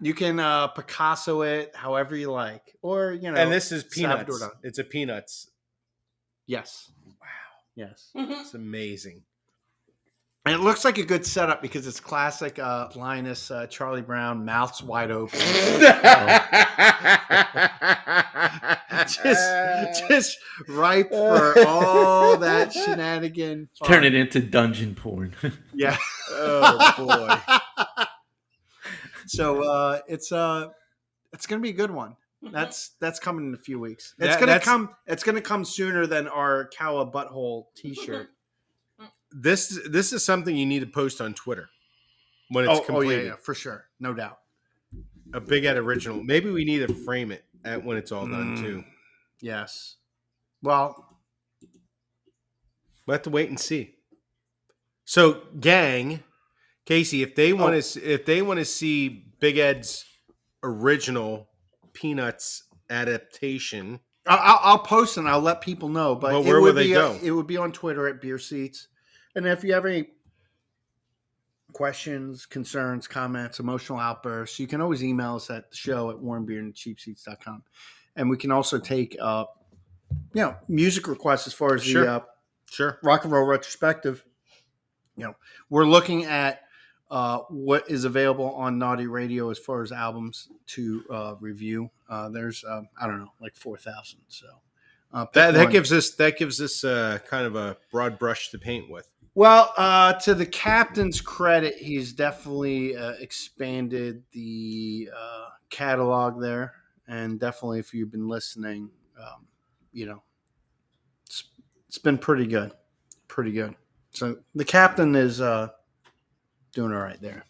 C: you can uh Picasso it however you like, or you know.
B: And this is
C: Salvador
B: peanuts.
C: Dali.
B: It's a peanuts.
C: yes,
B: Wow,
C: yes.
B: it's amazing.
C: And it looks like a good setup because it's classic uh Linus uh, Charlie Brown, mouths wide open. just, just ripe for all that shenanigan. fun.
D: Turn it into dungeon porn.
C: yeah.
B: oh boy.
C: So uh, it's uh, it's gonna be a good one. That's that's coming in a few weeks. It's
B: That-
C: gonna
B: that's-
C: come. It's gonna come sooner than our cow butthole T-shirt.
B: This this is something you need to post on Twitter when
C: Oh,
B: it's completed.
C: for sure, no doubt.
B: A big ad original. Maybe we need to frame it at when it's all done
C: Mm.
B: too.
C: Yes. Well,
B: We'll have to wait and see. So, gang, Casey, if they want to, if they want to see Big Ed's original Peanuts adaptation,
C: I- I'll, I'll post and I'll let people know. But
B: Well,
C: it
B: where
C: would
B: will they
C: be, uh,
B: go?
C: it would be on Twitter at Beer Seats. And if you have any questions, concerns, comments, emotional outbursts, you can always email us at the show at warmbeerandcheapseats.com. And we can also take, uh, you know, music requests as far as
B: Sure.
C: the uh,
B: sure,
C: rock and roll retrospective. You know, we're looking at uh, what is available on Naughty Radio as far as albums to uh, review. Uh, there's um, I don't know, like four thousand. So uh, pick
B: that that
C: one.
B: gives us that gives us uh, kind of a broad brush to paint with.
C: well uh, to the captain's credit, he's definitely uh, expanded the uh, catalog there, and definitely if you've been listening, um, you know, it's, it's been pretty good, pretty good. So the captain is uh, doing all right there.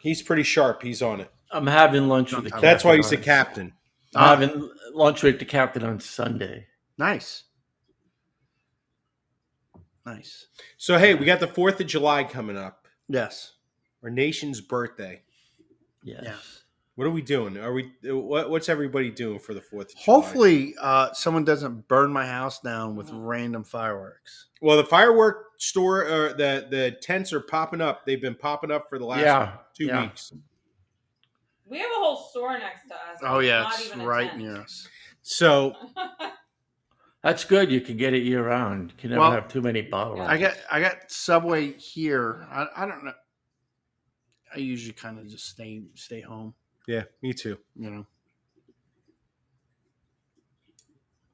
B: He's pretty sharp. He's on it.
D: I'm having lunch with the captain.
B: That's why he's
D: on-
B: the captain.
C: Ah,
D: I'm having lunch with the captain on Sunday.
C: nice, nice.
B: So, hey, we got the Fourth of July coming up,
C: Yes,
B: our nation's birthday.
D: Yes.
C: Yeah.
B: What are we doing? Are we what, what's everybody doing for the Fourth? of July?
C: hopefully uh, someone doesn't burn my house down with random fireworks.
B: Well, the firework store, or the the tents are popping up. They've been popping up for the last
D: Yeah.
B: two
D: yeah.
B: weeks.
A: We have a whole store next to us.
C: Oh
A: It's
C: yeah,
A: not
C: it's
A: even a
C: right
A: tent.
C: near us.
B: So
D: That's good. You can get it year round. You can never
C: Well,
D: have too many bottle.
C: I got I got Subway here. I, I don't know. I usually kind of just stay stay home.
B: yeah, me too.
C: You know.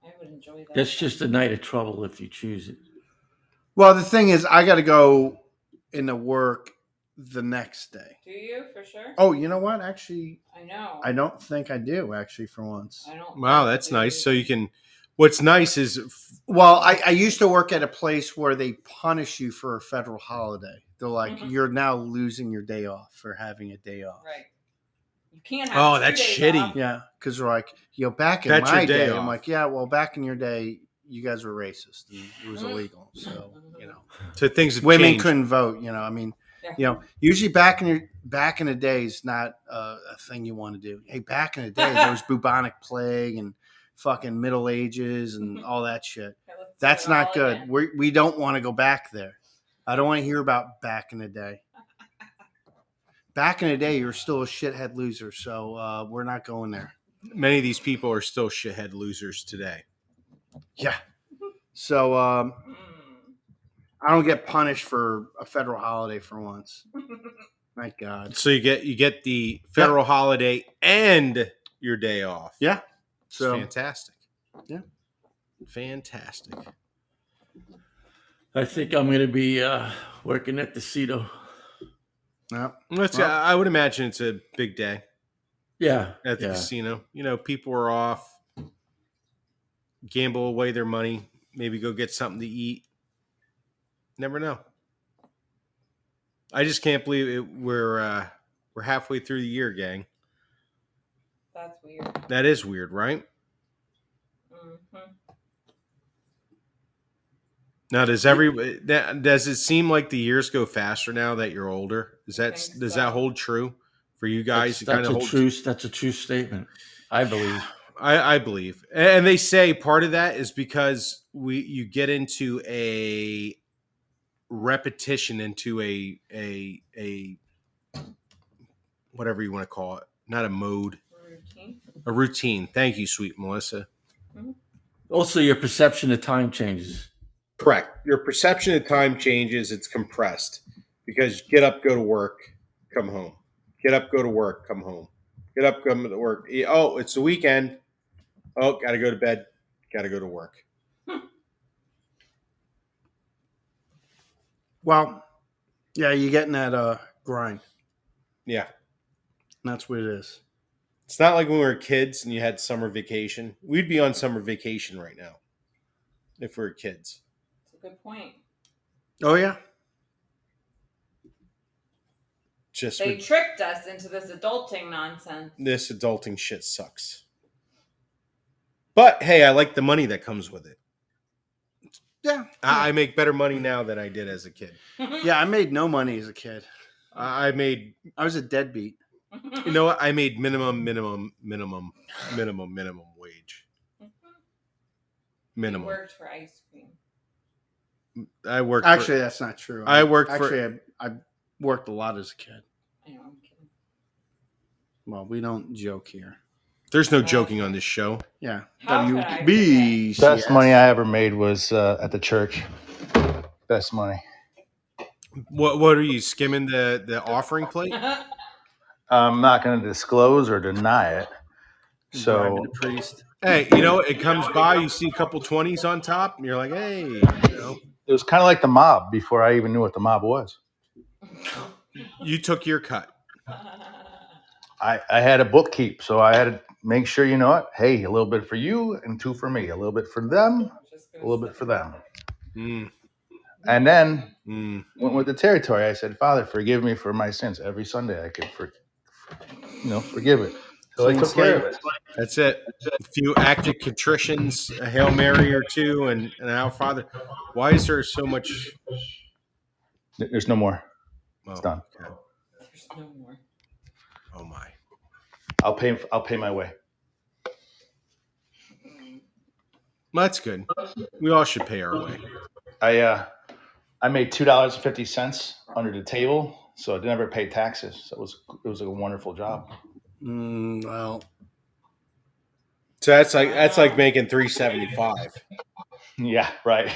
A: I would enjoy that.
D: That's just a night of trouble if you choose it.
C: Well, the thing is, I got to go into work the next day.
A: Do you for sure?
C: Oh, you know what? Actually,
A: I know.
C: I don't think I do. Actually, for once.
A: I don't.
B: Wow, that's nice. So you can. What's nice is f-
C: Well, I, I used to work at a place where they punish you for a federal holiday. They're like,
A: Mhm.
C: you're now losing your day off for having a day off.
A: Right. You can't. Have
B: Oh,
A: two
B: that's
A: days
B: shitty.
A: off.
C: Yeah, because like, you know, back in
B: That's your
C: my
B: day
C: day, I'm
B: off.
C: like, yeah, well, back in your day, you guys were racist and it
A: Mm-hmm.
C: was illegal. So, you know,
B: So things have
C: women
B: changed.
C: couldn't vote, you know, I mean,
A: Yeah.
C: you know, usually back in your back in the day is not uh, a thing you want to do. Hey, back in the day there was bubonic plague and fucking middle ages and all that shit.
A: Okay, let's do
C: That's
A: it Mm-hmm. all
C: not good.
A: again.
C: We we don't want to go back there. I don't want to hear about back in the day. Back in the day, you were still a shithead loser, so uh, we're not going there.
B: Many of these people are still shithead losers today.
C: Yeah.
A: Mm-hmm.
C: So um,
A: Mm.
C: I don't get punished for a federal holiday for once.
A: Mm.
C: My God.
B: So you get you get the federal holiday and your day off.
C: Yeah.
B: It's
C: So
B: fantastic.
C: Yeah.
B: Fantastic.
D: I think I'm going to be uh, working at the Cedo.
C: no,
B: Let's,
C: Well-
B: I would imagine it's a big day
D: Yeah.
B: at the
D: yeah.
B: casino. You know, people are off, gamble away their money, maybe go get something to eat. Never know. I just can't believe it. We're uh, we're halfway through the year, gang.
A: That's weird.
B: That is weird, right?
A: Mhm.
B: Now, does every that does it seem like the years go faster now that you're older? Is that
A: think
B: does
A: so.
B: that hold true for you guys?
D: That's,
B: It
D: that's
B: kinda
D: a
B: holds-
D: true. That's a true statement. I believe.
B: I, I believe, and they say part of that is because we you get into a repetition into a a a whatever you want to call it, not a mode,
A: Routine.
B: a routine. Thank you, sweet Melissa.
D: Also, your perception of time changes.
B: Correct. Your perception of time changes. It's compressed because get up, go to work, come home. Get up, go to work, come home. Get up, come to work. Eh, Oh, it's the weekend. Oh, gotta go to bed. Gotta go to work.
C: well, yeah, you're getting that uh, grind.
B: Yeah.
C: And that's what it is.
B: It's not like when we were kids and you had summer vacation. We'd be on summer vacation right now if we were kids.
A: It's a good point.
C: Oh yeah,
B: Just
A: They
B: with-
A: tricked us into this adulting nonsense.
B: this adulting shit sucks. But hey, I like the money that comes with it.
C: yeah,
B: I I make better money now than I did as a kid.
C: yeah. I made no money as a kid.
B: I I made,
C: I was a deadbeat.
B: you know what? I made minimum, minimum, minimum, minimum, minimum wage.
A: You
B: Minimum.
A: worked for ice cream.
B: I worked. for-
C: Actually, that's not true.
B: I worked for-
C: Actually, I, I worked a lot as a kid.
A: I know, I'm kidding.
C: Well, we don't joke here.
B: there's no joking on this show.
C: Yeah.
A: How could I
C: WBCS.
E: Best money I ever made was uh, at the church. Best money.
B: What What are you skimming the the offering plate?
E: I'm not going to disclose or deny it.
C: Bribing
E: So
C: the priest.
B: Hey, you know, it comes by, you see a couple 20s on top, and you're like, hey, you know,
E: it was kind of like the mob before I even knew what the mob was.
B: you took your cut.
E: I, I had a bookkeep, so I had to make sure you know it. Hey, a little bit for you and two for me, a little bit for them,
A: Just
E: a
A: gonna
E: little bit
A: sit
E: for them.
B: Mm,
E: And then
B: mm.
E: went with the territory. I said, Father, forgive me for my sins. Every Sunday I could, for, you know, forgive it. So I
C: Clean
E: took care of it.
B: That's it. A few acts of contritions, a Hail Mary or two, and an Our Father. Why is there so much?
E: There- There's no more.
B: Well,
E: done.
B: okay.
A: there. There's no more.
B: Oh, my.
E: I'll pay. I'll pay my way.
B: Well, that's good. We all should pay our way.
E: I uh, I made two dollars and fifty cents under the table, so I never paid taxes. So it was it was a wonderful job.
C: Mm, well,
B: So that's like that's like making 375.
E: Yeah, right.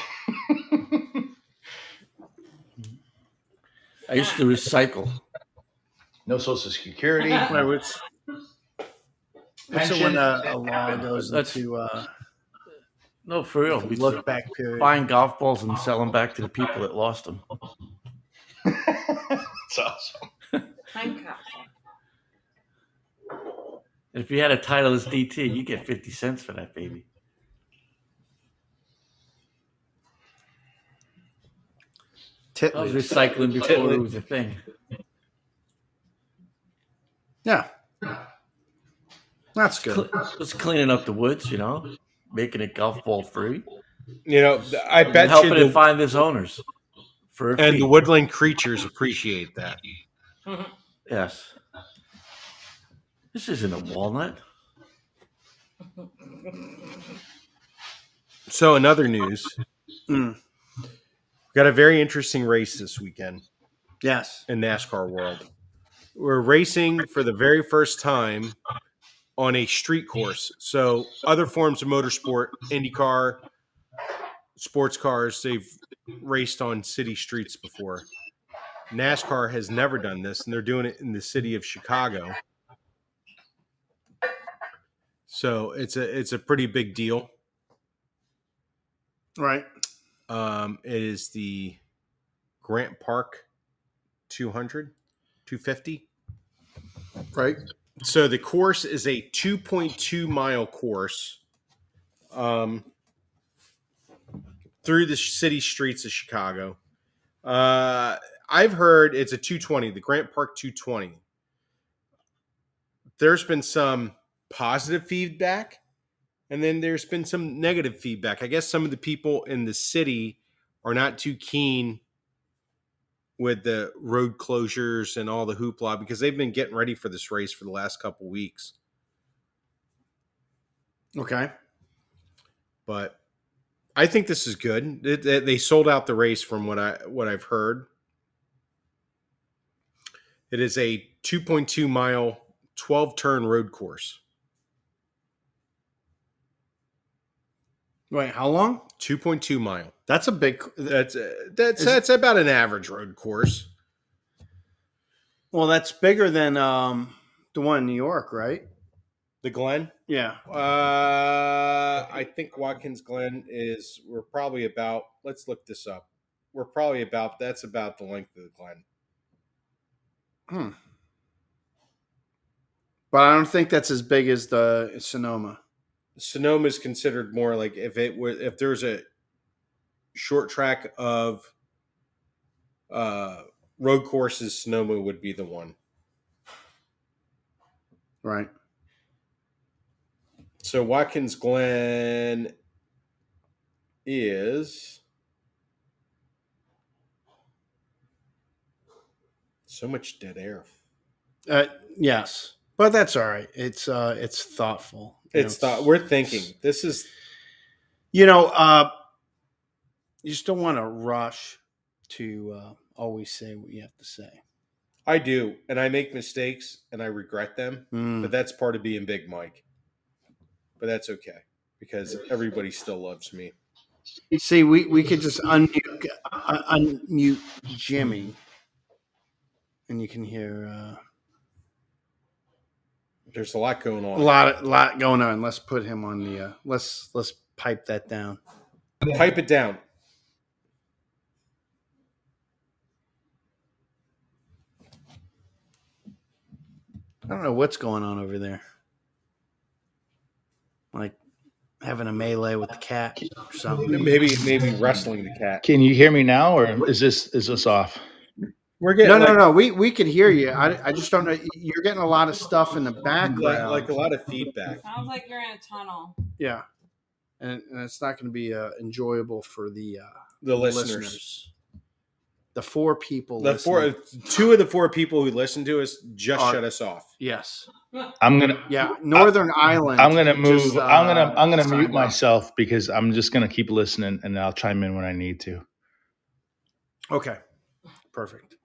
D: I used to recycle.
E: No social security.
C: wait, what's what's the one
E: Pension.
C: that allowed those
D: That's-
C: uh, into uh,
D: No, for real. We
C: look back period?
D: buying golf balls and selling back to the people that lost them.
E: It's awesome.
A: Time capsule.
D: If you had a Titleist DT, you get fifty cents for that baby. I
C: Titlet.
D: was recycling before it was a thing.
C: Yeah, that's good.
D: Cle- Just cleaning up the woods, you know, making it golf ball free.
B: You know, I
D: I'm
B: bet you
D: helping it
B: the,
D: find its owners for a
B: and
D: fee.
B: the woodland creatures appreciate that.
D: yes. This isn't a walnut.
B: So, in other news,
C: Mm.
B: we got a very interesting race this weekend
C: Yes.
B: in NASCAR world. We're racing for the very first time on a street course. So, other forms of motorsport, IndyCar, sports cars, they've raced on city streets before. NASCAR has never done this, and they're doing it in the city of Chicago. So it's a it's a pretty big deal.
C: Right.
B: Um, it is the Grant Park 200, 250.
C: Right.
B: So the course is a 2.2 mile course um, through the city streets of Chicago. Uh, I've heard it's a 220, the Grant Park 220. There's been some positive feedback, and then there's been some negative feedback. I guess some of the people in the city are not too keen with the road closures and all the hoopla because they've been getting ready for this race for the last couple weeks.
C: Okay.
B: But I think this is good. They- They they sold out the race from what I what I've heard. It is a 2.2 mile, 12 turn road course.
C: Wait, how long?
B: 2.2 mile.
C: That's a big.
B: That's uh, that's
C: Is-
B: that's about an average road course.
C: Well, that's bigger than um the one in New York, right?
B: The Glen.
C: Yeah.
B: Uh, I think Watkins Glen is. We're probably about. Let's look this up. We're probably about. That's about the length of the Glen.
C: Hmm. But I don't think that's as big as the Sonoma.
B: Sonoma is considered more like if it were if there's a short track of uh road courses, Sonoma would be the one.
C: Right.
B: So Watkins Glen is so much dead air.
C: Uh, yes. But that's all right. It's uh it's thoughtful. You
B: It's
C: know,
B: thought we're thinking this is
C: you know, uh you just don't want to rush to uh always say what you have to say.
B: I do, and I make mistakes and I regret them,
C: Mm.
B: but that's part of being Big Mike. But that's okay because everybody still loves me.
C: See, we, we could just unmute, uh, unmute Jimmy, and you can hear uh,
B: There's a lot going
C: a
B: on.
C: lot a lot going on. Let's put him on the uh, let's let's pipe that down.
B: Pipe it down.
C: I don't know what's going on over there, like having a melee with the cat or something.
B: Maybe maybe wrestling the cat.
E: Can you hear me now, or is this is this off?
B: We're getting
C: No,
B: like,
C: no, no. We we could hear you. I, I just don't know. You're getting a lot of stuff in the background.
B: like like a lot of feedback.
A: Sounds like you're in a tunnel.
C: yeah, and, and it's not going to be uh, enjoyable for the. Uh,
B: The listeners.
C: listeners. The four people.
B: The four
C: listening.
B: two of the four people who listen to us just
C: Are-
B: shut us off.
C: Yes.
E: I'm gonna
C: Yeah. Northern Ireland.
E: I'm gonna move.
C: just, uh,
E: I'm gonna I'm gonna
C: signed
E: mute
C: up.
E: myself because I'm just gonna keep listening, and I'll chime in when I need to.
C: Okay. Perfect.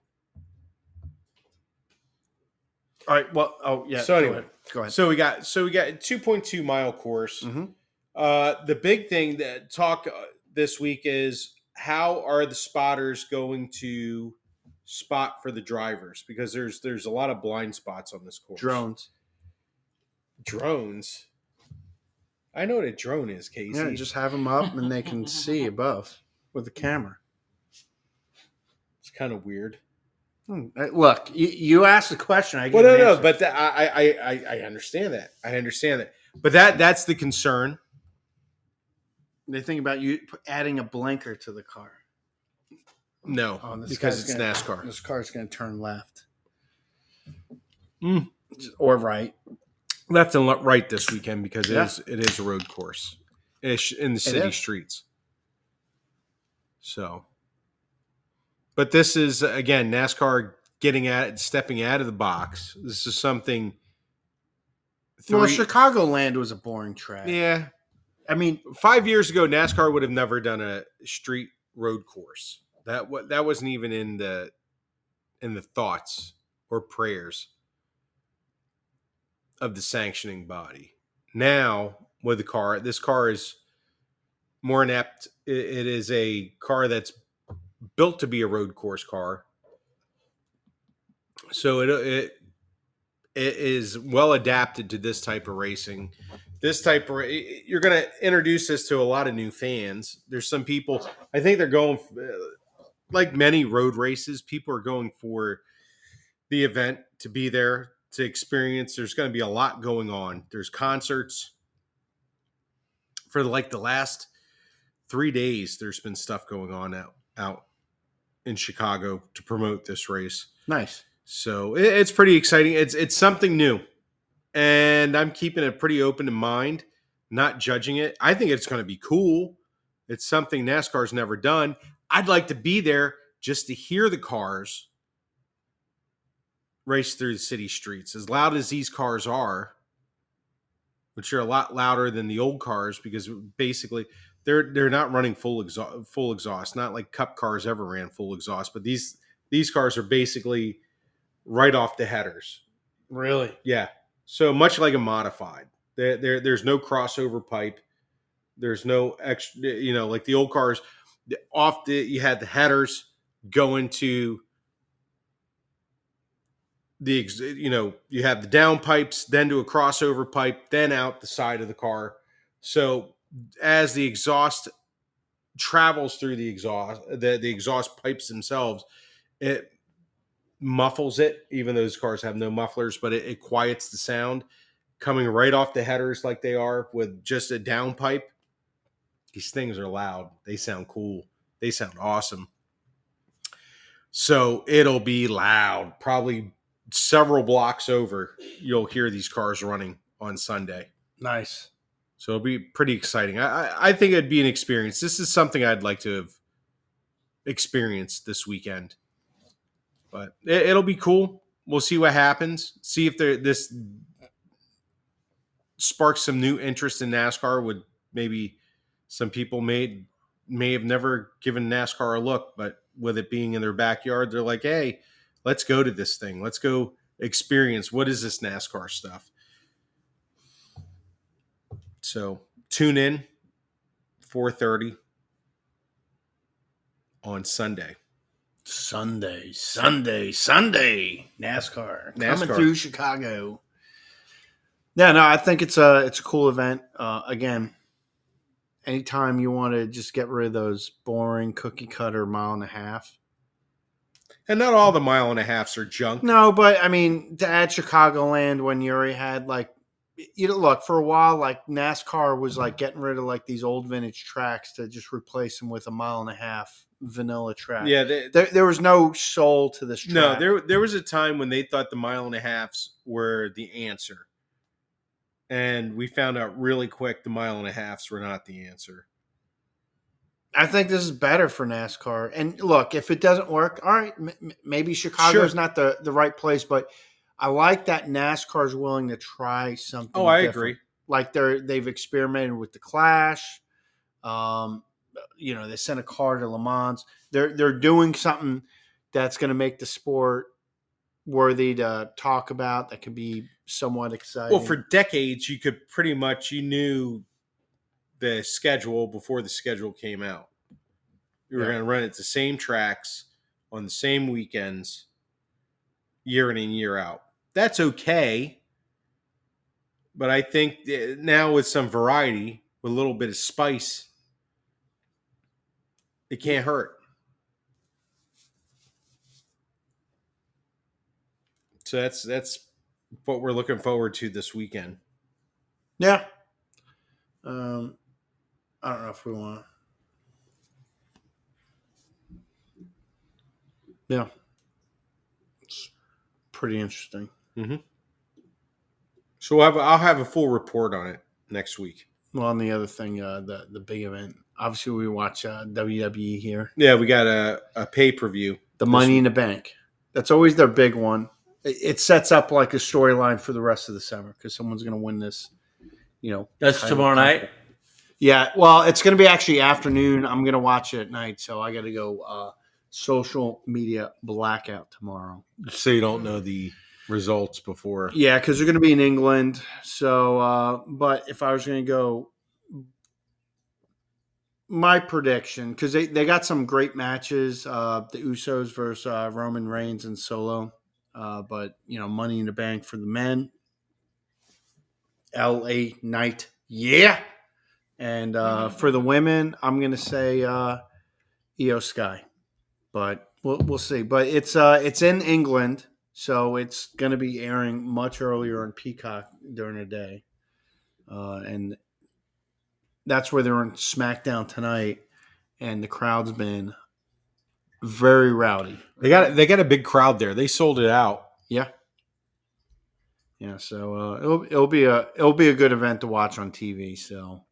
C: All right. Well. Oh yeah.
B: So
C: go
B: anyway,
C: ahead. go ahead.
B: So we got so we got a 2.2 mile course.
C: Mhm.
B: Uh, the big thing that talk uh, this week is how are the spotters going to spot for the drivers because there's there's a lot of blind spots on this course.
C: Drones.
B: drones. I know what a drone is, Casey.
C: Yeah. Just have them up, and they can see above with the camera.
B: it's kind of weird.
C: Hmm, uh, Look, you, you asked the question. I
B: Well,
C: gave
B: no,
C: an
B: no,
C: answer.
B: but that I, I, I, I understand that. I understand that. But that that's the concern.
C: they think about you adding a blinker to the car.
B: No,
C: Oh, this
B: because it's
C: guy's gonna-
B: NASCAR.
C: This car's going to turn left
B: Mm.
C: or right.
B: Left and le- right this weekend because it
C: Yeah.
B: is it is a road course, ish in the
C: It
B: city
C: is.
B: streets. So, but this is again NASCAR getting at stepping out of the box. This is something.
C: Well,
B: three-
C: Chicagoland was a boring track.
B: yeah,
C: I mean,
B: five years ago, NASCAR would have never done a street road course. That wa that wasn't even in the in the thoughts or prayers of the sanctioning body. Now with the car, this car is more inept. I- it is a car that's built to be a road course car, so it it it is well adapted to this type of racing this type of you're going to introduce this to a lot of new fans. There's some people I think they're going uh, like many road races. People are going for the event to be there to experience. There's going to be a lot going on. There's concerts for like the last three days. There's been stuff going on out out in Chicago to promote this race.
C: nice.
B: So it, it's pretty exciting. It's it's something new, and I'm keeping it pretty open in mind, not judging it. I think it's going to be cool. It's something NASCAR's never done. I'd like to be there just to hear the cars race through the city streets. As loud as these cars are, which are a lot louder than the old cars because basically they're they're not running full exhaust, full exhaust. Not like Cup cars ever ran full exhaust, but these these cars are basically right off the headers.
C: Really?
B: Yeah. So much like a modified, there, there there's no crossover pipe. There's no extra, you know, like the old cars. the- Off the you had the headers going to the ex- you know you have the down pipes, then to a crossover pipe, then out the side of the car. So as the exhaust travels through the exhaust, the the exhaust pipes themselves, it muffles it, even though those cars have no mufflers, but it, it quiets the sound coming right off the headers like they are with just a downpipe. These things are loud. They sound cool. They sound awesome. So it'll be loud. Probably several blocks over, you'll hear these cars running on Sunday.
C: Nice.
B: So it'll be pretty exciting. I, I, I think it'd be an experience. This is something I'd like to have experienced this weekend, but it, it'll be cool. We'll see what happens. See if there this sparks some new interest in NASCAR. Would maybe some people may may have never given NASCAR a look, but with it being in their backyard, they're like, "Hey, let's go to this thing. Let's go experience what is this NASCAR stuff." So tune in 4:30 on Sunday.
C: Sunday, Sunday, Sunday. NASCAR, coming
B: NASCAR.
C: through Chicago. Yeah, no, I think it's a it's a cool event. Uh, again, anytime you want to just get rid of those boring cookie cutter mile and a half.
B: And not all the mile and a halfs are junk.
C: No, but I mean to add Chicagoland when you already had like you know, look for a while like NASCAR was
B: Mm-hmm.
C: like getting rid of like these old vintage tracks to just replace them with a mile and a half vanilla track.
B: Yeah, they,
C: There, there was no soul to this track.
B: no, there there was a time when they thought the mile and a halfs were the answer. And we found out really quick the mile and a halfs were not the answer.
C: I think this is better for NASCAR. And look, if it doesn't work, all right, m- m- maybe Chicago's
B: Sure.
C: not the, the right place, but I like that NASCAR's willing to try something.
B: Oh, I
C: different.
B: agree.
C: Like they're they've experimented with the Clash. Um, you know, they sent a car to Le Mans. They're they're doing something that's going to make the sport worthy to talk about. That could be somewhat exciting.
B: Well, for decades you could pretty much you knew the schedule before the schedule came out. You were
C: Yeah.
B: going to run at the same tracks on the same weekends year in and year out. That's okay. But I think uh, now with some variety, with a little bit of spice, it can't hurt. So that's that's what we're looking forward to this weekend.
C: yeah. Um, I don't know if we want. to Yeah. It's pretty interesting.
B: So I'll have, I'll have a full report on it next week.
C: Well, on the other thing, uh, the the big event obviously we watch uh, WWE here.
B: Yeah, we got a, a pay per view.
C: The Money in the Bank. That's always their big one. It, it sets up like a storyline for the rest of the summer because someone's going to win this. You know,
D: That's
C: title.
D: tomorrow night.
C: Yeah, well, it's going to be actually afternoon. I'm going to watch it at night, so I got to go uh, social media blackout tomorrow.
B: So you don't know the results before.
C: Yeah, because they're going to be in England. So, uh, but if I was going to go, my prediction because they they got some great matches, uh, the Usos versus uh, Roman Reigns and Solo, uh, but you know, Money in the Bank for the men, L.A. Knight, yeah, and uh, for the women, I'm going to say uh, Io Sky, but we'll we'll see. But it's uh it's in England. So it's going to be airing much earlier on Peacock during the day. Uh, and that's where they're on SmackDown tonight. And the crowd's been very rowdy.
B: They got they got a big crowd there. They sold it out.
C: Yeah. Yeah. So uh, it'll, it'll be a it'll be a good event to watch on TV. So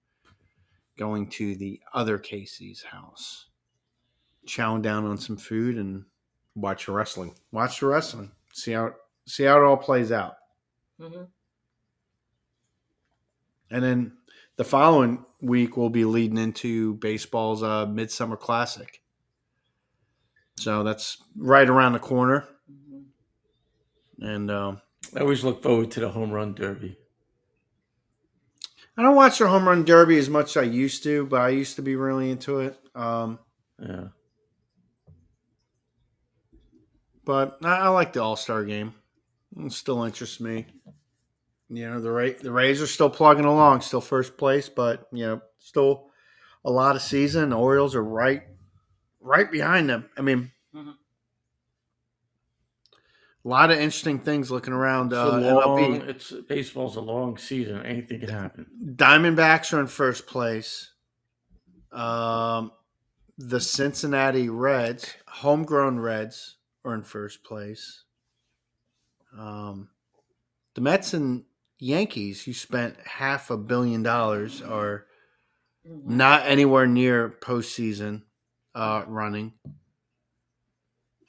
C: going to the other Casey's house, chowing down on some food and
B: Watch the wrestling.
C: watch the wrestling. See how it- see how it all plays out.
A: Mhm.
C: And then the following week, we'll be leading into baseball's uh, Midsummer Classic. So that's right around the corner. And uh,
D: I always look forward to the home run derby.
C: I don't watch the home run derby as much as I used to, but I used to be really into it. Um,
D: Yeah.
C: but I, I like the All Star game; it still interests me. You know the Ra- the Rays are still plugging along, still first place, but you know still a lot of season. The Orioles are right, right behind them. I mean,
D: Mm-hmm.
A: Mhm.
C: a lot of interesting things looking around.
D: It's
C: Uh,
D: a long.
C: MLB.
D: It's baseball's a long season. Anything can happen.
C: Diamondbacks are in first place. Um, the Cincinnati Reds, homegrown Reds, are in first place. Um, the Mets and Yankees, who spent half a billion dollars, are
A: Mm-hmm.
C: not anywhere near postseason uh, running.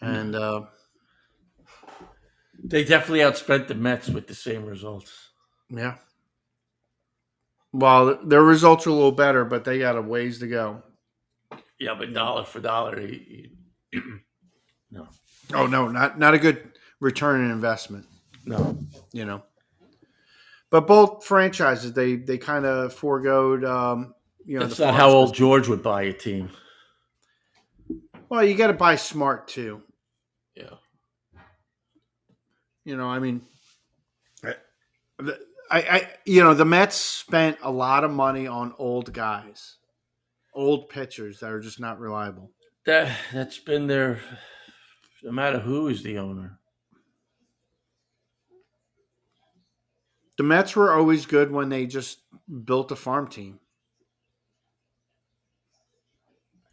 C: And uh,
D: They definitely outspent the Mets with the same results.
C: yeah, well, their results are a little better, but they got a ways to go.
D: Yeah, but dollar for dollar, you- you-
C: Oh no, not not a good return on investment,
D: no.
C: you know. But both franchises, they they kind of foregoed, um, you know.
D: That's
C: the
D: not how old George would buy a team.
C: Well, you got to buy smart too.
D: Yeah.
C: You know, I mean, I, I, you know, the Mets spent a lot of money on old guys, old pitchers that are just not reliable.
D: That that's been their. No matter who is the owner.
C: The Mets were always good when they just built a farm team.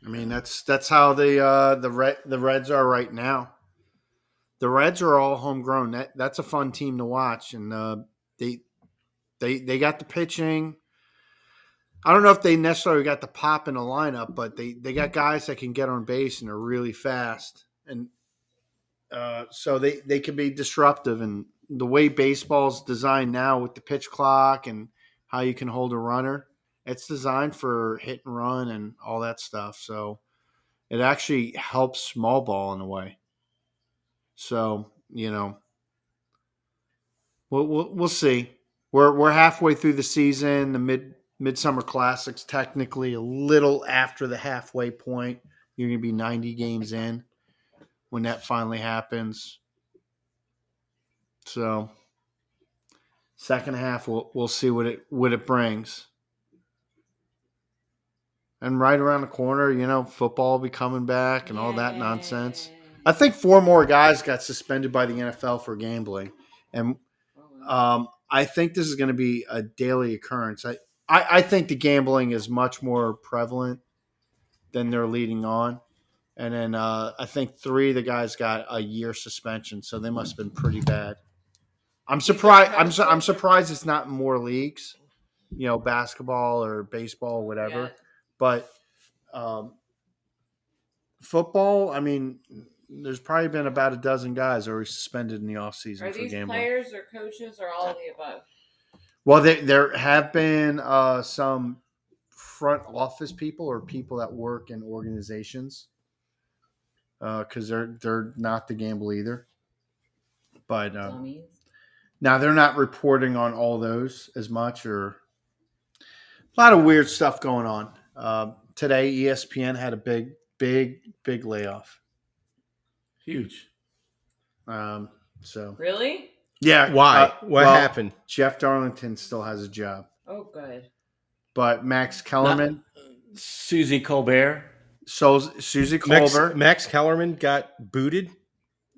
C: I mean, that's that's how the uh, the red the Reds are right now. The Reds are all homegrown. That that's a fun team to watch, and uh, they they they got the pitching. I don't know if they necessarily got the pop in the lineup, but they they got guys that can get on base and are really fast, and uh, so they they can be disruptive. And the way baseball's designed now with the pitch clock and how you can hold a runner, it's designed for hit and run and all that stuff. So it actually helps small ball in a way. So you know, we'll we'll, we'll see. We're we're halfway through the season. The mid midsummer classics technically a little after the halfway point. You're gonna be 90 games in when that finally happens. So second half we'll we'll see what it what it brings. And right around the corner, you know, football will be coming back and all that nonsense. I think four more guys got suspended by the NFL for gambling, and um, I think this is going to be a daily occurrence. I, I, I think the gambling is much more prevalent than they're leading on, and then uh, I think three of the guys got a year suspension, so they must have been pretty bad. I'm surprised. I'm su- I'm surprised it's not more leagues, you know, basketball or baseball, whatever. But Um, football, I mean, there's probably been about a dozen guys already suspended in the offseason
A: Are
C: for
A: these
C: gambling.
A: players or coaches or all of the above?
C: Well, there, there have been uh, some front office people or people that work in organizations because they're they're not the gamble either. But uh,
A: Dummies.
C: now they're not reporting on all those as much, or a lot of weird stuff going on. Uh, today, ESPN had a big, big, big layoff.
D: Huge.
C: Um, so
A: Really?
C: yeah,
B: Why?
C: uh,
B: what
C: well,
B: happened?
C: Jeff Darlington still has a job,
A: Oh, good.
C: but Max Kellerman,
D: Susie Colbert.
C: so Susie
B: Max,
C: Colbert,
B: Max Kellerman got booted.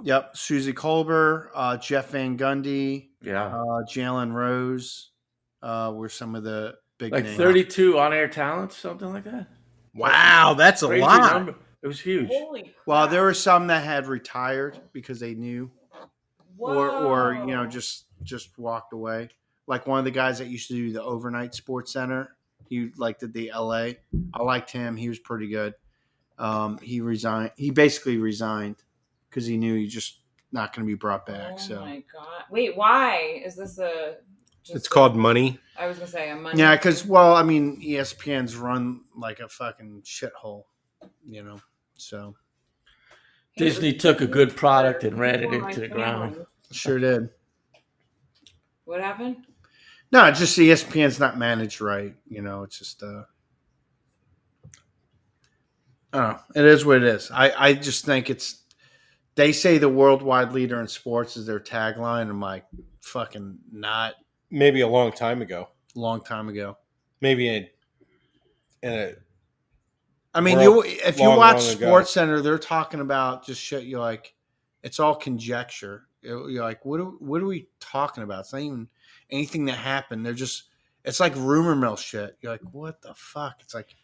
C: Yep, Susie Colbert, uh, Jeff Van Gundy,
D: Yeah.
C: uh, Jalen Rose uh, were some of the big
D: like
C: names.
D: 32 on air talents, something like that.
B: Wow, that's a
D: Crazy
B: lot.
D: number. It was huge.
A: Holy.
C: Well,
A: crap.
C: there were some that had retired because they knew, or or you know
A: Whoa.
C: just just walked away. Like one of the guys that used to do the overnight Sports Center, he like did the L.A. I liked him; he was pretty good. Um, he resigned. He basically resigned because he knew he just not going to be brought back.
A: Oh
C: so
A: my god! Wait, why is this a? Just
B: It's
A: a-
B: called money.
A: I was gonna say a money.
C: Yeah, because well, I mean, E ESPN's run like a fucking shithole, you know. So
D: Disney took a good product and ran it into the ground.
C: sure did.
A: What happened?
C: No, it's just E ESPN's not managed right. You know, it's just uh, I don't know. It is what it is. I I just think it's. They say the worldwide leader in sports is their tagline. I'm like, fucking not.
B: Maybe a long time ago.
C: Long time ago.
B: Maybe in a, in a
C: I mean,
B: World-
C: you if you
B: long,
C: watch
B: long ago.
C: Sports Center, they're talking about just shit. You're like, it's all conjecture. It- You're like, what? Are, what are we talking about? It's not even anything that happened. They're just, it's like rumor mill shit. You're like, what the fuck? It's like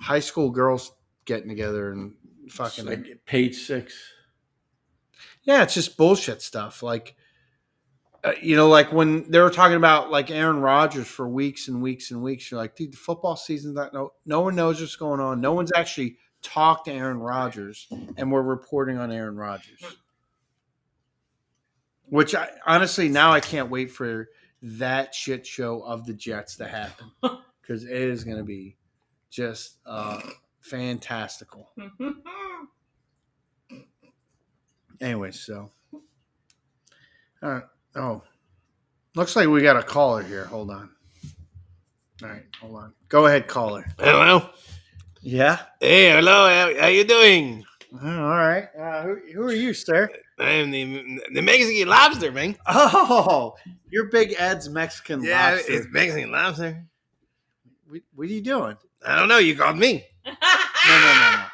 C: high school girls getting together and
D: It's
C: fucking.
D: like page six.
C: yeah, it's just bullshit stuff. Like, uh, you know, like when they were talking about like Aaron Rodgers for weeks and weeks and weeks. You're like, dude, the football season's not. No, no one knows what's going on. No one's actually talked to Aaron Rodgers, and we're reporting on Aaron Rodgers. Which I honestly now I can't wait for that shit show of the Jets to happen because it is going to be just uh, fantastical. Anyway, so. All right. Oh. Looks like we got a caller here. Hold on. All right. Hold on. Go ahead, caller.
B: hello.
C: Yeah.
B: Hey, hello. How, how you doing?
C: All right. Uh, who, who are you, sir?
B: I am the the Mexican lobster, man.
C: Oh, you're Big Ed's Mexican
B: Yeah,
C: lobster.
B: it's Mexican lobster.
C: What, what are you doing?
B: I don't know. You called me.
C: No, no, no, no.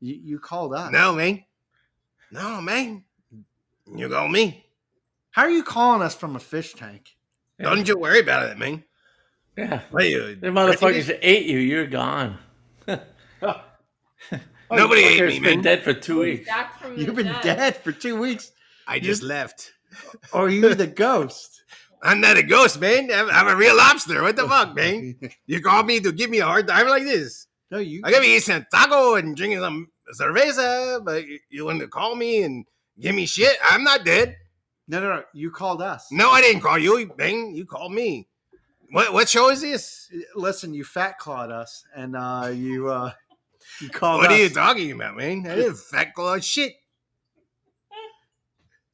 C: You, you called us.
B: No, man. No, man. You called me.
C: How are you calling us from a fish tank?
B: Don't you worry about it, man.
D: Yeah.
B: What are you?
D: The motherfuckers ate you. You're gone.
B: Nobody ate me,
D: Fucker's been
B: man.
D: dead for two weeks.
A: Back from the
C: You've been
A: dead.
C: dead for two weeks.
B: I just left.
C: Or are you the ghost?
B: I'm not a ghost, man. I'm, I'm a real lobster. What the fuck, man? You called me to give me a hard time like this.
C: no, you.
B: I could be eating a taco and drinking some cerveza, but you- you want to call me and give me shit? I'm not dead.
C: No, no, no. You called us.
B: No, I didn't call you, man. You called me. What what show is this?
C: listen, you fat clawed us, and uh, you uh, you called
B: what
C: us.
B: are you talking about, man? I didn't fat claw shit.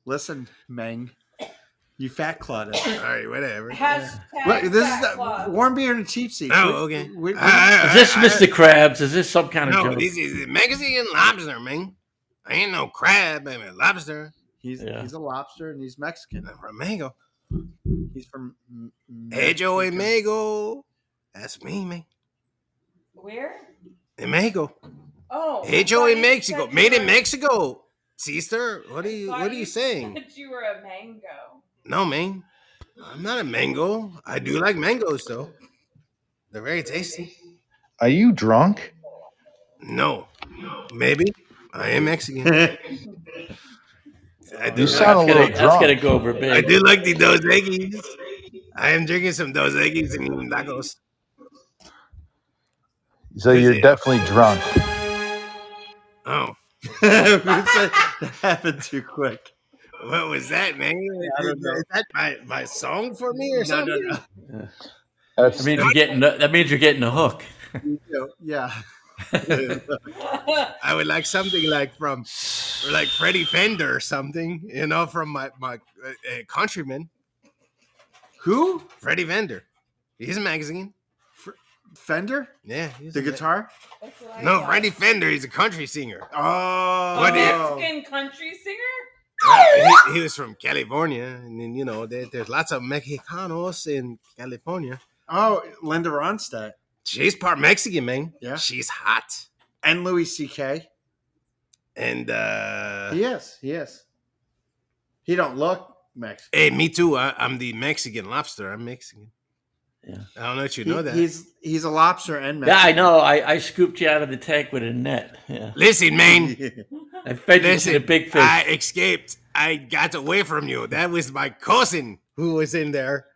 C: listen, Meng, you fat clawed us.
B: All right, whatever.
A: Hashtag
C: Look, this is
A: fat
C: the,
A: club.
C: warm beer and cheap seat.
B: Oh,
C: We-
B: okay.
C: we- we-
B: I- I-
D: Is this
B: I-
D: Mr. Krabs? Is this some kind of
B: No,
D: joke?
B: this is a Mexican lobster, man. I ain't no crab. I'm a lobster.
C: he's
D: Yeah.
C: he's a lobster and he's Mexican.
B: I'm from Mango.
C: He's from M- M-
B: Hey, Joey,
C: Mexico.
B: Mango. That's me, man.
A: Where?
B: In Mexico.
A: Oh, I
B: Hey, Joey,
A: thought you
B: Mexico.
A: said you
B: Made in
A: were-
B: Mexico. Sister, what are
A: I
B: you
A: thought
B: what are you saying?
A: said you were a mango.
B: No, man. I'm not a mango. I do like mangoes though. They're very tasty.
E: Are you drunk?
B: No. Maybe. I am Mexican. I do like-
E: You sound a
D: That's
E: little
D: gonna, that's
E: drunk.
D: gonna go over
B: I
D: big.
B: do like the Dos Eggies. I am drinking some Dos Eggies and eating tacos.
E: So you're
B: Busy.
E: definitely drunk.
B: Oh,
C: that happened too quick.
B: what was that, man?
C: I don't know.
B: Is that my, my song for me or
C: No, no,
B: something?
C: no.
E: That's
F: That means you're getting the, that means you're getting the hook.
C: You know, Yeah.
B: I would like something like from or like Freddie Fender or something, you know, from my my uh, uh, countryman. Who? Freddie Fender. He's a magazine.
C: Fender?
B: Yeah, he's
C: The
B: a ma-
C: guitar?
A: That's what I
B: No,
A: thought.
B: Freddie Fender. He's a country singer.
C: Oh.
B: What do you-
A: Mexican country singer?
B: Uh, He, he was from California, and then you know there, there's lots of Mexicanos in California.
C: Oh, Linda Ronstadt
B: She's part Mexican, man.
C: Yeah.
B: she's hot.
C: and Louis C.K.
B: And uh
C: He is. He is. He don't look Mexican.
B: hey, me too. I, I'm the Mexican lobster. I'm Mexican.
F: Yeah.
B: I don't know if you
C: He-
B: know that.
C: He's he's a lobster and
F: Yeah, I
C: Mexican.
F: know. I, I scooped you out of the tank with a net. Yeah,
B: Listen, man.
F: I fed you to
B: Listen,
F: the big fish.
B: I escaped. I got away from you. That was my cousin who was in there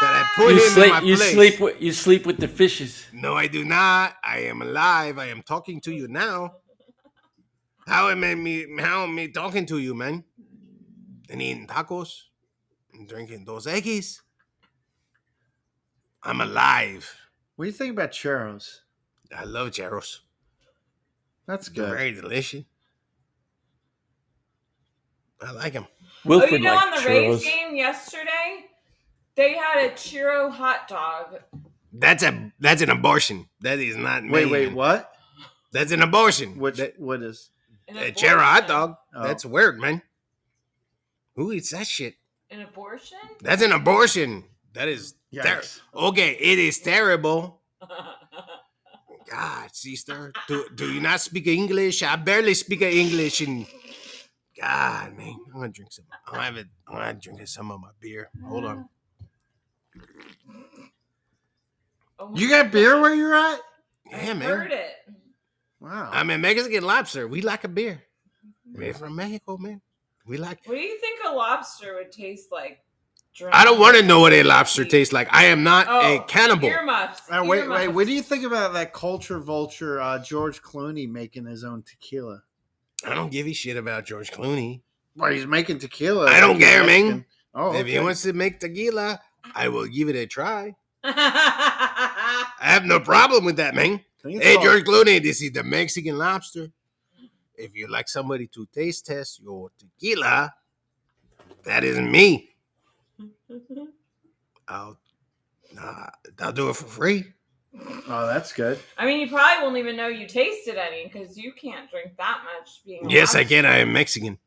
B: that I put
F: you
B: him in
F: sleep.
B: my
F: You
B: place.
F: sleep. With, you sleep with the fishes.
B: No, I do not. I am alive. I am talking to you now. How am I me? How am I talking to you, man? And eating tacos, and drinking those eggies. I'm alive.
C: What do you think about churros?
B: I love gyros.
C: That's
B: They're
C: good.
B: very delicious. I like them.
A: Oh,
F: Wilfred
A: you know,
F: liked
A: on the
F: churros.
A: Rays game yesterday, they had a churro hot dog.
B: That's a that's an abortion. That is not.
C: Wait,
B: made,
C: wait,
B: man.
C: what?
B: That's an abortion.
C: Which
B: that,
C: what is?
A: An
B: a churro hot
A: abortion.
B: dog.
C: Oh.
B: That's weird, man. Who eats that shit?
A: An abortion?
B: That's an abortion. That is ter-
C: Yikes.
B: okay. It is terrible.
A: Oh
B: God, sister, do do you not speak English? I barely speak English. And God, man, I'm gonna drink some. I'm gonna, have it, I'm gonna drink some of my beer. Hold on.
A: Oh my
C: You got beer
A: God.
C: where you're at?
B: Yeah,
A: I heard
B: man.
A: it.
C: Wow.
B: I'm a Mexican lobster. We like a beer. We're from Mexico, man. We like.
A: What do you think a lobster would taste like? Drunk?
B: I don't want to know what a lobster tastes like. I am not
A: Oh,
B: a cannibal.
A: Earmuffs.
C: Uh, wait,
A: earmuffs.
C: wait. What do you think about that culture vulture uh, George Clooney making his own tequila?
B: I don't give a shit about George Clooney.
C: Well, he's making tequila.
B: I don't
C: He's
B: care, man.
C: Mexican. Oh,
B: if he
C: okay.
B: wants to make tequila, I will give it a try.
A: I
B: I have no problem with that, man.
C: I think it's
B: Hey,
C: called-
B: George Clooney, this is the Mexican lobster. If you like somebody to taste test your tequila, that isn't me. I'll, nah, I'll do it for free.
C: Oh, that's good.
A: mean, you probably won't even know you tasted any because you can't drink that much. Being a
B: Yes, I
A: lobster.
B: can. I am Mexican.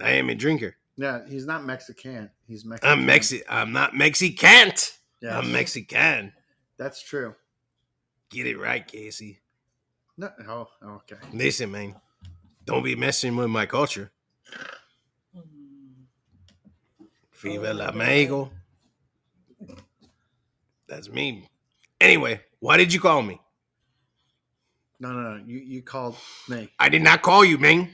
B: I am a drinker.
C: Yeah, he's not Mexican. He's Mexican.
B: I'm Mexi. I'm not Mexican.
C: Yeah,
B: I'm Mexican.
C: That's true.
B: Get it right, Casey.
C: No, oh, okay.
B: Listen, man, don't be messing with my culture.
A: Mm-hmm.
B: Viva la Mexico. That's me. Anyway, why did you call me?
C: No, no, no. You you called me.
B: I did not call you, man.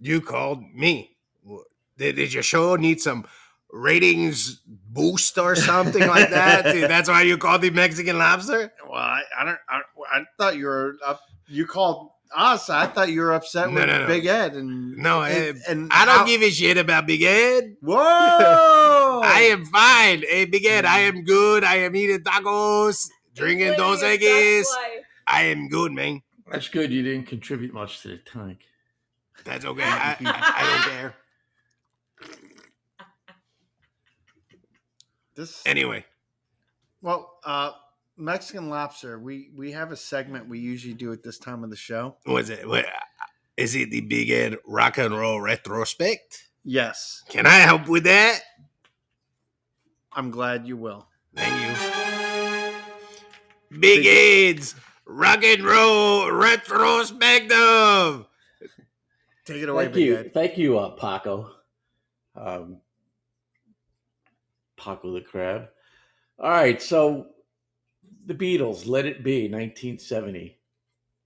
B: You called me. Wha- Did, did your show need some ratings boost or something like that? That's why you called the Mexican lobster?
C: Well, I, I don't. I, I thought you were up. You called us. I thought you were upset
B: No,
C: with
B: no, no.
C: Big Ed and
B: No, eh,
C: and, and
B: I don't
C: how-
B: give a shit about Big Ed.
C: Whoa!
B: I am fine. Hey, Big Ed, I am good. I am eating tacos, drinking
A: Living
B: Dos
A: your best
B: Equis.
A: life.
B: I am good, man.
D: That's good. You didn't contribute much to the tank.
B: That's okay. I, I, I don't care.
C: This
B: Anyway,
C: well, uh, Mexican lobster. We we have a segment we usually do at this time of the show.
B: was it? What, is it the Big Ed Rock and Roll Retrospect?
C: Yes,
B: Can I help with that?
C: I'm glad you will.
B: Thank you. Big Ed's Rock and Roll Retrospective.
C: Take it away,
F: Thank
C: Big
F: you,
C: Ed.
F: thank you, uh, Paco. Um, Paco the crab. All right, so the Beatles, "Let It Be," 1970.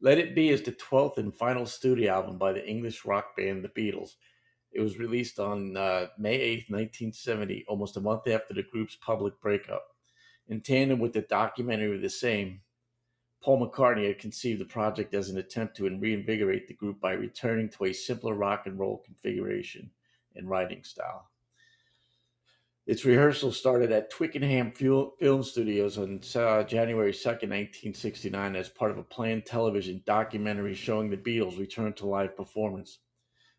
F: "Let It Be" is the 12th and final studio album by the English rock band The Beatles. It was released on uh, May 8th, 1970, almost a month after the group's public breakup. In tandem with the documentary of the same,
D: Paul McCartney had conceived the project as an attempt to reinvigorate the group by returning to a simpler rock and roll configuration and writing style. Its rehearsal started at Twickenham Fil- Film Studios on uh, January 2nd, 1969, as part of a planned television documentary showing the Beatles' return to live performance.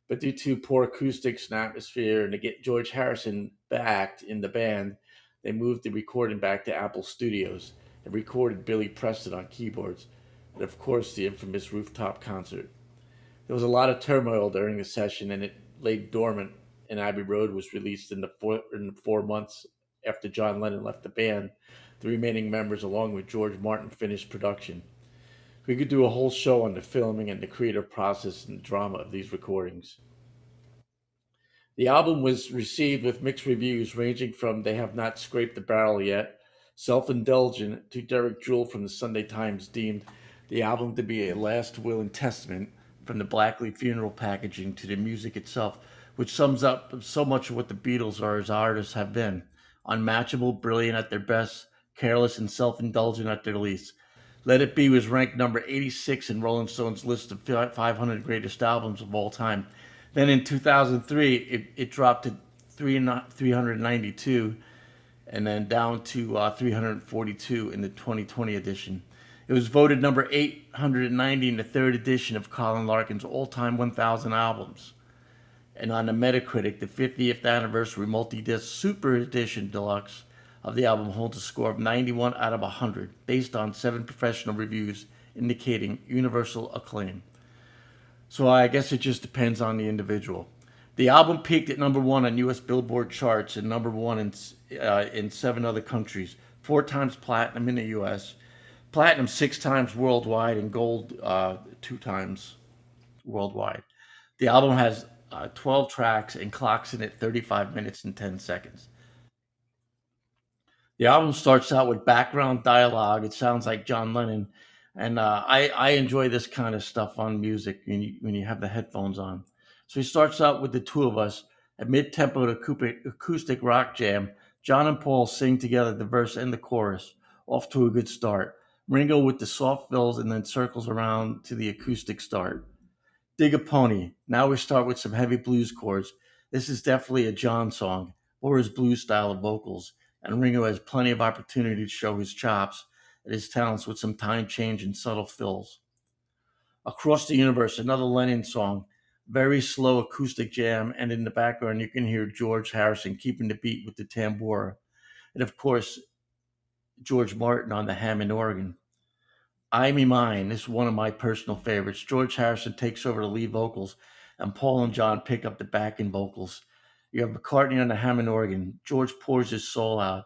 D: But due to poor acoustics and atmosphere, and to get George Harrison back in the band, they moved the recording back to Apple Studios and recorded Billy Preston on keyboards, and of course the infamous rooftop concert. There was a lot of turmoil during the session, and it lay dormant. And Abbey Road was released in the four in the four months after John Lennon left the band. The remaining members, along with George Martin, finished production. We could do a whole show on the filming and the creative process and the drama of these recordings. The album was received with mixed reviews, ranging from "They have not scraped the barrel yet" self indulgent to Derek Jewell from the Sunday Times deemed the album to be a last will and testament from the Blackley funeral packaging to the music itself, which sums up so much of what the Beatles are as artists have been unmatchable, brilliant at their best, careless and self indulgent at their least. Let It Be was ranked number 86 in Rolling Stone's list of 500 greatest albums of all time. Then in 2003, it, it dropped to 392 and then down to uh, 342 in the 2020 edition. It was voted number 890 in the third edition of Colin Larkin's all time 1,000 albums. And on the Metacritic, the 50th anniversary multi disc super edition deluxe of the album holds a score of 91 out of 100, based on seven professional reviews indicating universal acclaim. So I guess it just depends on the individual. The album peaked at number one on U.S. Billboard charts and number one in uh, in seven other countries, four times platinum in the U.S., platinum six times worldwide, and gold uh, two times worldwide. The album has uh, 12 tracks and clocks in at 35 minutes and 10 seconds. The album starts out with background dialogue. It sounds like John Lennon, and uh, I, I enjoy this kind of stuff on music when you, when you have the headphones on. So he starts out with the two of us, a mid tempo acoustic rock jam. John and Paul sing together the verse and the chorus, off to a good start. Ringo with the soft fills and then circles around to the acoustic start. Dig a Pony. Now we start with some heavy blues chords. This is definitely a John song, or his blues style of vocals, and Ringo has plenty of opportunity to show his chops and his talents with some time change and subtle fills. Across the Universe, another Lennon song, very slow acoustic jam, and in the background you can hear George Harrison keeping the beat with the tambora, and of course George Martin on the Hammond organ. I Me Mine this is one of my personal favorites. George Harrison takes over the lead vocals, and Paul and John pick up the backing vocals. You have McCartney on the Hammond organ. George pours his soul out,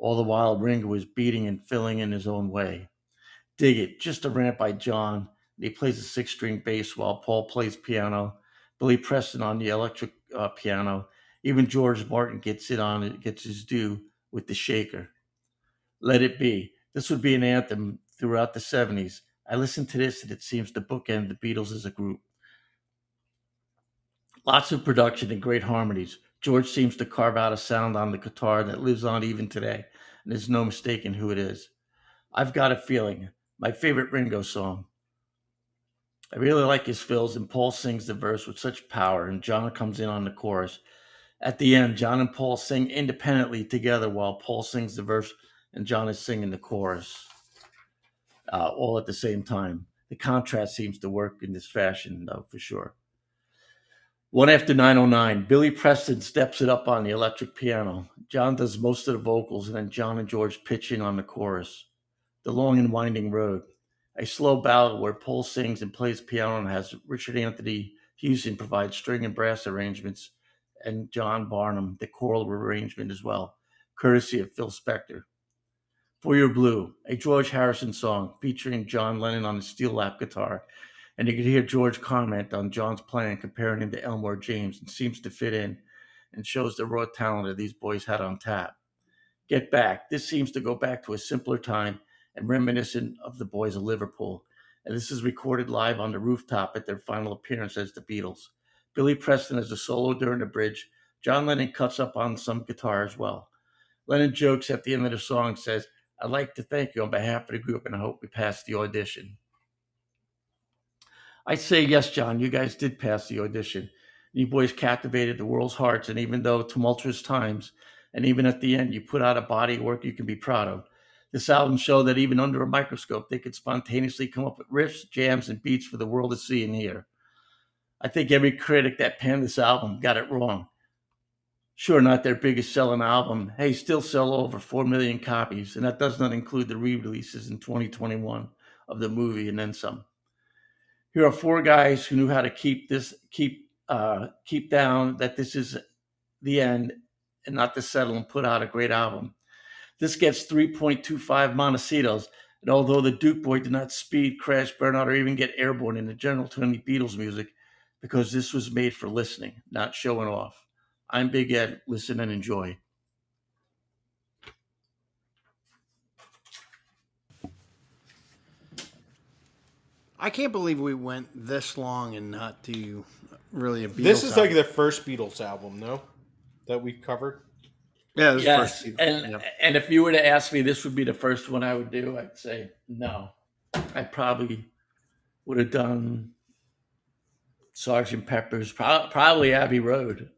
D: all the while Ringo is beating and filling in his own way. Dig It, just a rant by John. He plays a six string bass while Paul plays piano. Billy Preston on the electric uh, piano. Even George Martin gets it on it, gets his due with the shaker. Let It Be. This would be an anthem throughout the 70s. I listened to this and it seems to bookend the Beatles as a group. Lots of production and great harmonies. George seems to carve out a sound on the guitar that lives on even today, and there's no mistaking who it is. I've Got a Feeling, my favorite Ringo song. I really like his fills, and Paul sings the verse with such power, and John comes in on the chorus. At the end, John and Paul sing independently together while Paul sings the verse and John is singing the chorus uh, all at the same time. The contrast seems to work in this fashion, though, for sure. One after 909, Billy Preston steps it up on the electric piano. John does most of the vocals, and then John and George pitch in on the chorus. The Long and Winding Road a slow ballad where Paul sings and plays piano and has Richard Anthony Houston provide string and brass arrangements and John Barnum the choral arrangement as well, courtesy of Phil Spector. For Your Blue, a George Harrison song featuring John Lennon on the steel lap guitar, and you could hear George comment on John's playing, comparing him to Elmore James, and seems to fit in and shows the raw talent that these boys had on tap. Get Back, this seems to go back to a simpler time and reminiscent of the boys of Liverpool. And this is recorded live on the rooftop at their final appearance as the Beatles. Billy Preston as a solo during the bridge. John Lennon cuts up on some guitar as well. Lennon jokes at the end of the song, says,
G: I'd like to thank you on behalf of the group, and I hope we pass the audition. I say yes, John. You guys did pass the audition. You boys captivated the world's hearts, and even though tumultuous times, and even at the end, you put out a body of work you can be proud of. This album showed that even under a microscope, they could spontaneously come up with riffs, jams, and beats for the world to see and hear. I think every critic that panned this album got it wrong. Sure, not their biggest selling album. Hey, still sell over 4 million copies, and that does not include the re releases in 2021 of the movie and then some. Here are four guys who knew how to keep this, keep, uh, keep down that this is the end and not to settle and put out a great album. This gets 3.25 Montecitos. And although the Duke Boy did not speed, crash, burn out, or even get airborne in the general Tony Beatles music, because this was made for listening, not showing off. I'm Big Ed. Listen and enjoy.
C: I can't believe we went this long and not do really a Beatles.
E: This is like
C: album.
E: the first Beatles album, no? That we covered.
C: yeah, this is the
D: Yes,
C: first Beatles.
D: and
C: Yep.
D: and if you were to ask me, this would be the first one I would do. I'd say no. I probably would have done Sergeant Pepper's, pro- probably Abbey Road.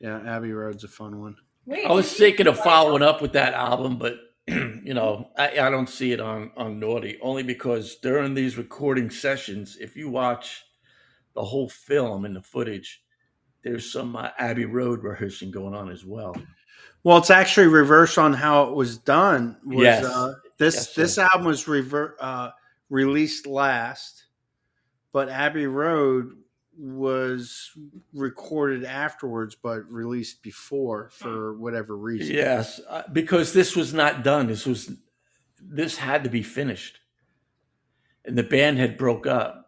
C: yeah, Abbey Road's a fun one.
A: Wait,
D: I was
A: did you-
D: thinking of following up with that album, but you know, I, I don't see it on on Naughty only because during these recording sessions, if you watch the whole film and the footage, there's some uh, Abbey Road rehearsing going on as well.
C: Well, it's actually reversed on how it was done. Was,
D: Yes.
C: uh, this
D: Yes,
C: this album was rever- uh, released last, but Abbey Road was recorded afterwards, but released before for whatever reason.
D: Yes, uh, because this was not done. This was this had to be finished, and the band had broke up.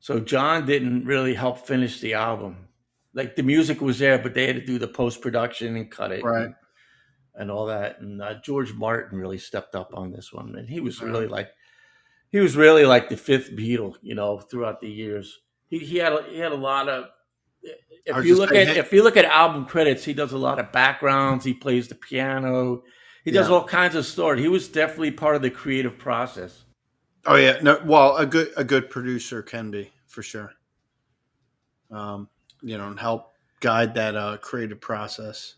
D: So John didn't really help finish the album. Like the music was there, but they had to do the post production and cut it,
C: Right.
D: And, all that. And uh, George Martin really stepped up on this one, and he was really like, he was really like the fifth Beatle, you know, throughout the years. He he had a, he had a lot of.
C: I
D: If
C: was
D: you
C: just
D: look
C: saying,
D: at
C: hey-
D: if you look at album credits, he does a lot of backgrounds. He plays the piano. He does
C: Yeah.
D: all kinds of stuff. He was definitely part of the creative process.
C: Oh yeah. No. Well, a good a good producer can be for sure. Um, you know, and help guide that uh, creative process.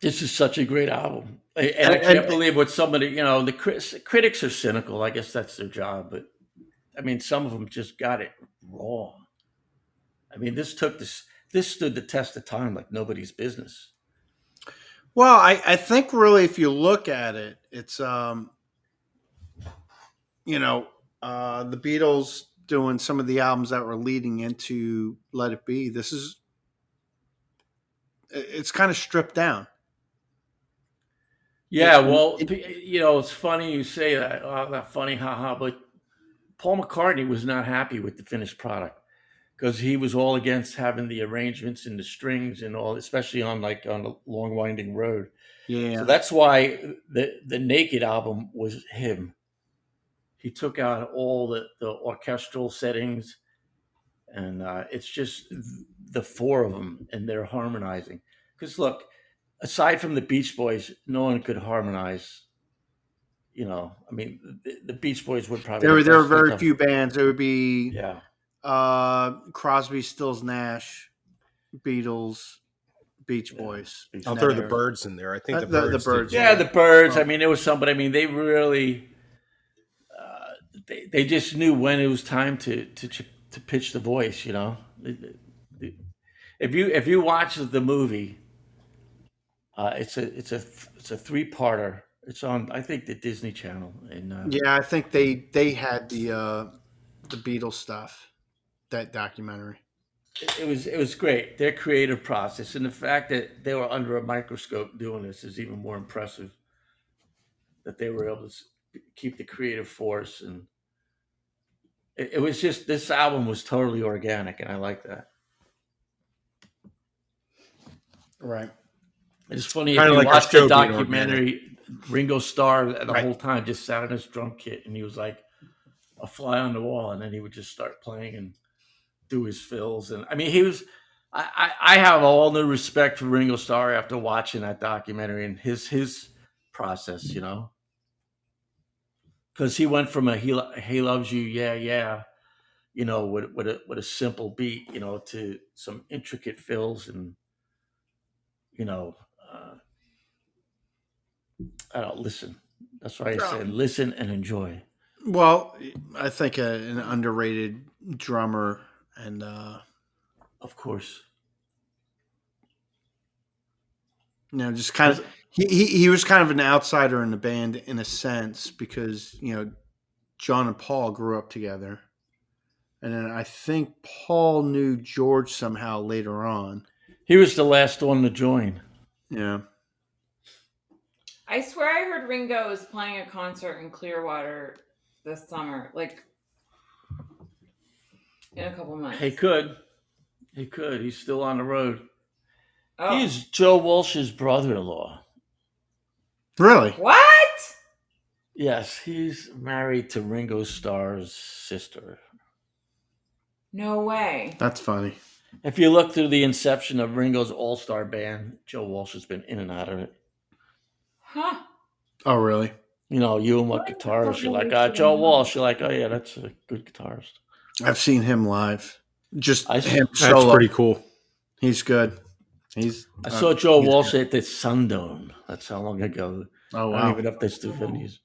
D: This is such a great album, and, and I
C: And-
D: can't
C: and-
D: believe what somebody you know the cri- critics are cynical. I guess that's their job, but I mean, some of them just got it wrong. I mean, this took this this stood the test of time like nobody's business.
C: Well, I, I think really, if you look at it, it's um, you know, uh, the Beatles doing some of the albums that were leading into Let It Be. This is it- it's kind of stripped down.
D: Yeah,
C: It's-
D: well, p- you know, it's funny you say that. Oh, not funny, haha. But Paul McCartney was not happy with the finished product because he was all against having the arrangements and the strings and all, especially on like on a long winding road.
C: Yeah,
D: So that's why the the Naked album was him. He took out all the the orchestral settings, and uh, it's just th- the four of them, and they're harmonizing. Because look, aside from the Beach Boys, no one could harmonize. You know, I mean, the, the Beach Boys would probably
C: there were there were
D: have best
C: very
D: stuff.
C: few bands. It would be
D: Yeah,
C: uh, Crosby, Stills, Nash, Beatles, Beach Boys.
D: Beach
E: I'll
C: and
E: throw
C: that
E: the
C: era.
E: birds in there. I think
C: Uh,
E: the,
C: the- the
E: birds. did
C: birds,
E: good.
D: yeah, the Birds. I mean, it was somebody. I mean, they really. Uh, they, they just knew when it was time to to ch- to pitch the voice. You know, if you if you watch the movie, uh, it's a it's a it's a three parter. It's on I think the Disney Channel and uh,
C: Yeah, I think they they had the uh, the Beatles stuff that documentary.
D: it- it was it was great. Their creative process and the fact that they were under a microscope doing this is even more impressive. That they were able to s- keep the creative force and it, it was just this album was totally organic and I like that.
C: Right.
D: It's funny if
E: Kinda
D: you
E: like our
D: watch the
E: show being
D: documentary, Ringo Starr the
E: Right.
D: whole time just sat in his drum kit and he was like a fly on the wall, and then he would just start playing and do his fills. And I mean, he was. I, I I have all new respect for Ringo Starr after watching that documentary and his his process, you know? Because he went from a he, Lo- he loves you, yeah, yeah, you know, with, with, a, with a simple beat, you know, to some intricate fills and, you know, uh, I don't listen. That's why I said
A: Drum.
D: listen and enjoy.
C: Well, I think a, an underrated drummer and uh,
D: Of course.
C: you know just kind of he, he he was kind of an outsider in the band in a sense because you know John and Paul grew up together, and then I think Paul knew George somehow later on.
D: He was the last one to join.
C: Yeah,
A: I swear I heard Ringo was playing a concert in Clearwater this summer, like in a couple months.
D: He could. He could. He's still on the road.
A: oh.
D: He is Joe Walsh's brother in law.
C: really?
A: what?
D: Yes, he's married to Ringo Starr's sister.
A: No way.
C: That's funny.
D: If you look through the inception of Ringo's all star band, Joe Walsh has been in and out of it.
A: Huh.
C: Oh, really?
D: You know, you and what
A: What is the
D: guitarist? You're like,
A: combination
D: ah,
A: of
D: Joe
A: them?
D: Walsh. You're like, oh, yeah, that's a good guitarist.
C: I've seen him live. Just
D: I-
C: him
B: That's
C: solo.
B: pretty cool.
C: He's good. He's.
D: I
C: uh,
D: saw Joe
C: he's-
D: Walsh at the Sundome. That's how long ago.
C: Oh
D: I don't
C: wow!
D: even know if they still venues.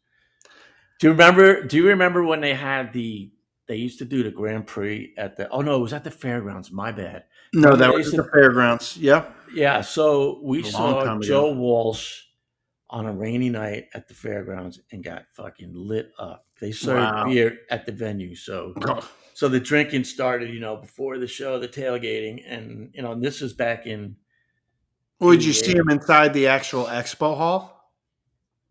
D: Do you remember? Do you remember when they had the? They used to do the Grand Prix at the. Oh no, it was at the fairgrounds. My bad.
C: No, that
D: They
C: was
D: used
C: at the fairgrounds. Yeah.
D: Yeah, so we
C: A long
D: saw
C: time ago.
D: Joe Walsh on a rainy night at the fairgrounds and got fucking lit up. They served
C: Wow.
D: beer at the venue, so so the drinking started. You know, before the show, the tailgating, and you know, and this was back in.
C: Would you see
D: Yeah.
C: him inside the actual expo hall?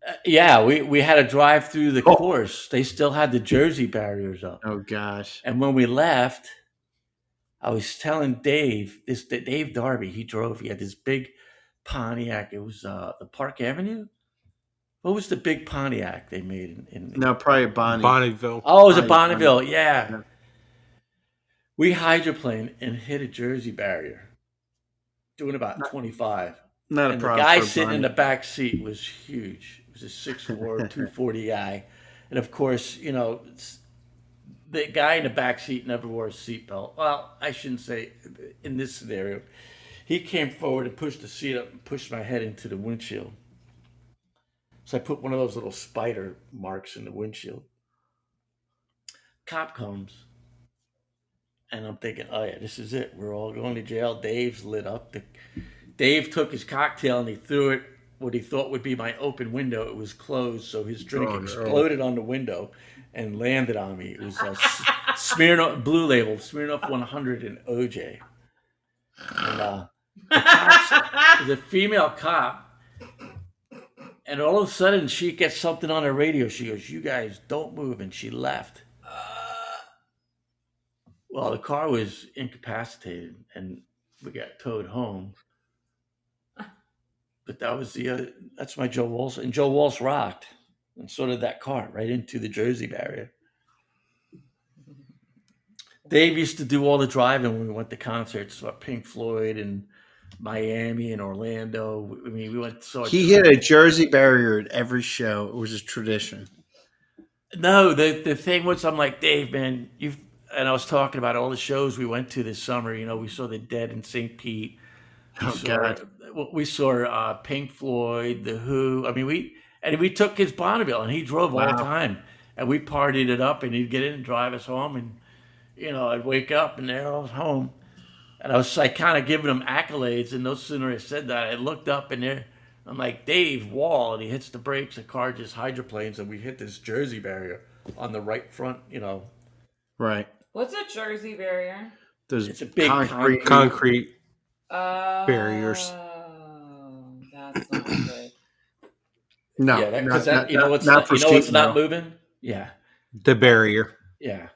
D: uh, yeah, we we had to drive through the
C: Oh.
D: course. They still had the jersey barriers up.
C: Oh gosh.
D: And when we left, I was telling Dave this Dave Darby. He drove. He had this big Pontiac. It was uh, the Park Avenue. What was the big Pontiac they made in? in
C: No, probably Bonnie.
B: Bonneville.
D: Oh, it was at
C: Bonnie-
D: Bonneville. Yeah.
C: Yeah.
D: We hydroplaned and hit a Jersey barrier, doing about twenty-five.
C: Not a
D: And the
C: problem.
D: guy
C: for
D: sitting in
C: Bonnie.
D: the back seat was huge. It was a 6'4", 240 guy. And of course, you know, it's- the guy in the back seat never wore a seatbelt. Well, I shouldn't say in this scenario. He came forward and pushed the seat up and pushed my head into the windshield. So I put one of those little spider marks in the windshield. Cop comes. And I'm thinking, oh yeah, this is it. We're all going to jail. Dave's lit up. The, Dave took his cocktail and he threw it what he thought would be my open window. It was closed, so his drink exploded on the window and landed on me. It was a S- Smirnoff Blue Label, Smirnoff 100, and OJ. And, uh, the female cop. And all of a sudden, she gets something on the radio. She goes, "You guys don't move," and she left. Well, the car was incapacitated, and we got towed home. But that was the uh, that's my Joe Walsh, and Joe Walsh rocked, and so did that car right into the Jersey barrier. Dave used to do all the driving when we went to concerts, uh, Pink Floyd and Miami and Orlando. I mean, we went so
C: He hit a jersey barrier at every show. It was a tradition.
D: No, the the thing was, I'm like Dave, man, you've and I was talking about all the shows we went to this summer. You know, we saw the Dead in St. Pete. We
C: Oh,
D: saw,
C: God.
D: well, We saw uh, Pink Floyd, The Who. I mean, we and we took his Bonneville, and he drove all the time, and we partied it up, and he'd get in and drive us home, and you know, I'd wake up and there I was home, and I was like kind of giving him accolades, and no sooner I said that, I looked up and there. I'm like Dave Wall, and he hits the brakes. The car just hydroplanes, and we hit this Jersey barrier on the right front. You know,
C: Right.
A: What's a Jersey barrier?
C: There's
D: It's a big concrete-
B: Concrete.
A: Uh,
B: Barriers.
A: That's not good.
C: No,
D: yeah, that,
C: not,
D: 'cause that-
C: not-
D: you know,
C: not-
D: it's
C: not
D: not,
C: for
D: you know, it's
C: seat,
D: not
C: no.
D: moving. Yeah,
B: The barrier.
D: yeah.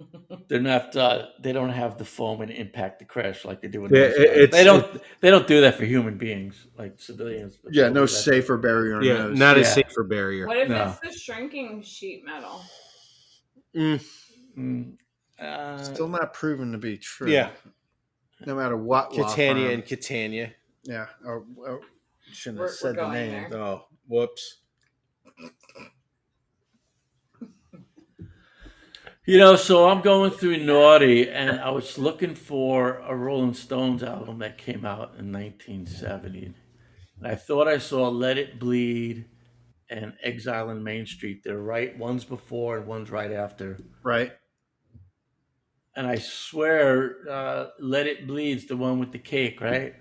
D: They're not. Uh, they don't have the foam and impact the crash like they do in.
B: Yeah, it-
D: those cars.
B: it's-
D: they don't. They don't do that for human beings like civilians. but
C: Yeah,
D: they
C: no
D: do that-
C: safer barrier.
B: Yeah,
C: on those.
B: not a
D: Yeah.
B: safer barrier.
A: What if
D: No.
A: it's the shrinking sheet metal?
B: Mm,
D: Mm, uh,
C: still not proven to be true.
B: Yeah.
C: No matter what. law
B: Catania
C: firm.
B: and Catania.
C: yeah. Or, or shouldn't
A: We're-
C: have said
A: we're
C: the
A: going
C: name.
A: there.
C: Oh
B: Whoops.
D: You know, so I'm going through naughty, and I was looking for a Rolling Stones album that came out in 1970. And I thought I saw Let It Bleed and Exile in Main Street. They're right, one's before and one's right after.
C: Right.
D: And I swear, uh, Let It Bleed's the one with the cake, right?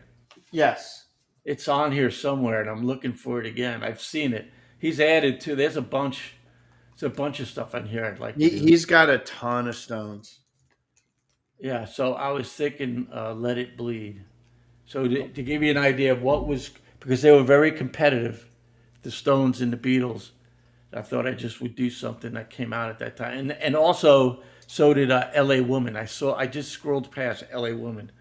C: Yes.
D: It's on here somewhere, and I'm looking for it again. I've seen it. He's added to. There's a bunch. There's a bunch of stuff on here. I'd like.
C: He,
D: to do.
C: he's got a ton of stones.
D: Yeah, so I was thinking uh, Let It Bleed. So to, to give you an idea of what was, because they were very competitive, the Stones and the Beatles. I thought I just would do something that came out at that time, and and also so did uh, L.A. Woman. I saw I just scrolled past L.A. Woman.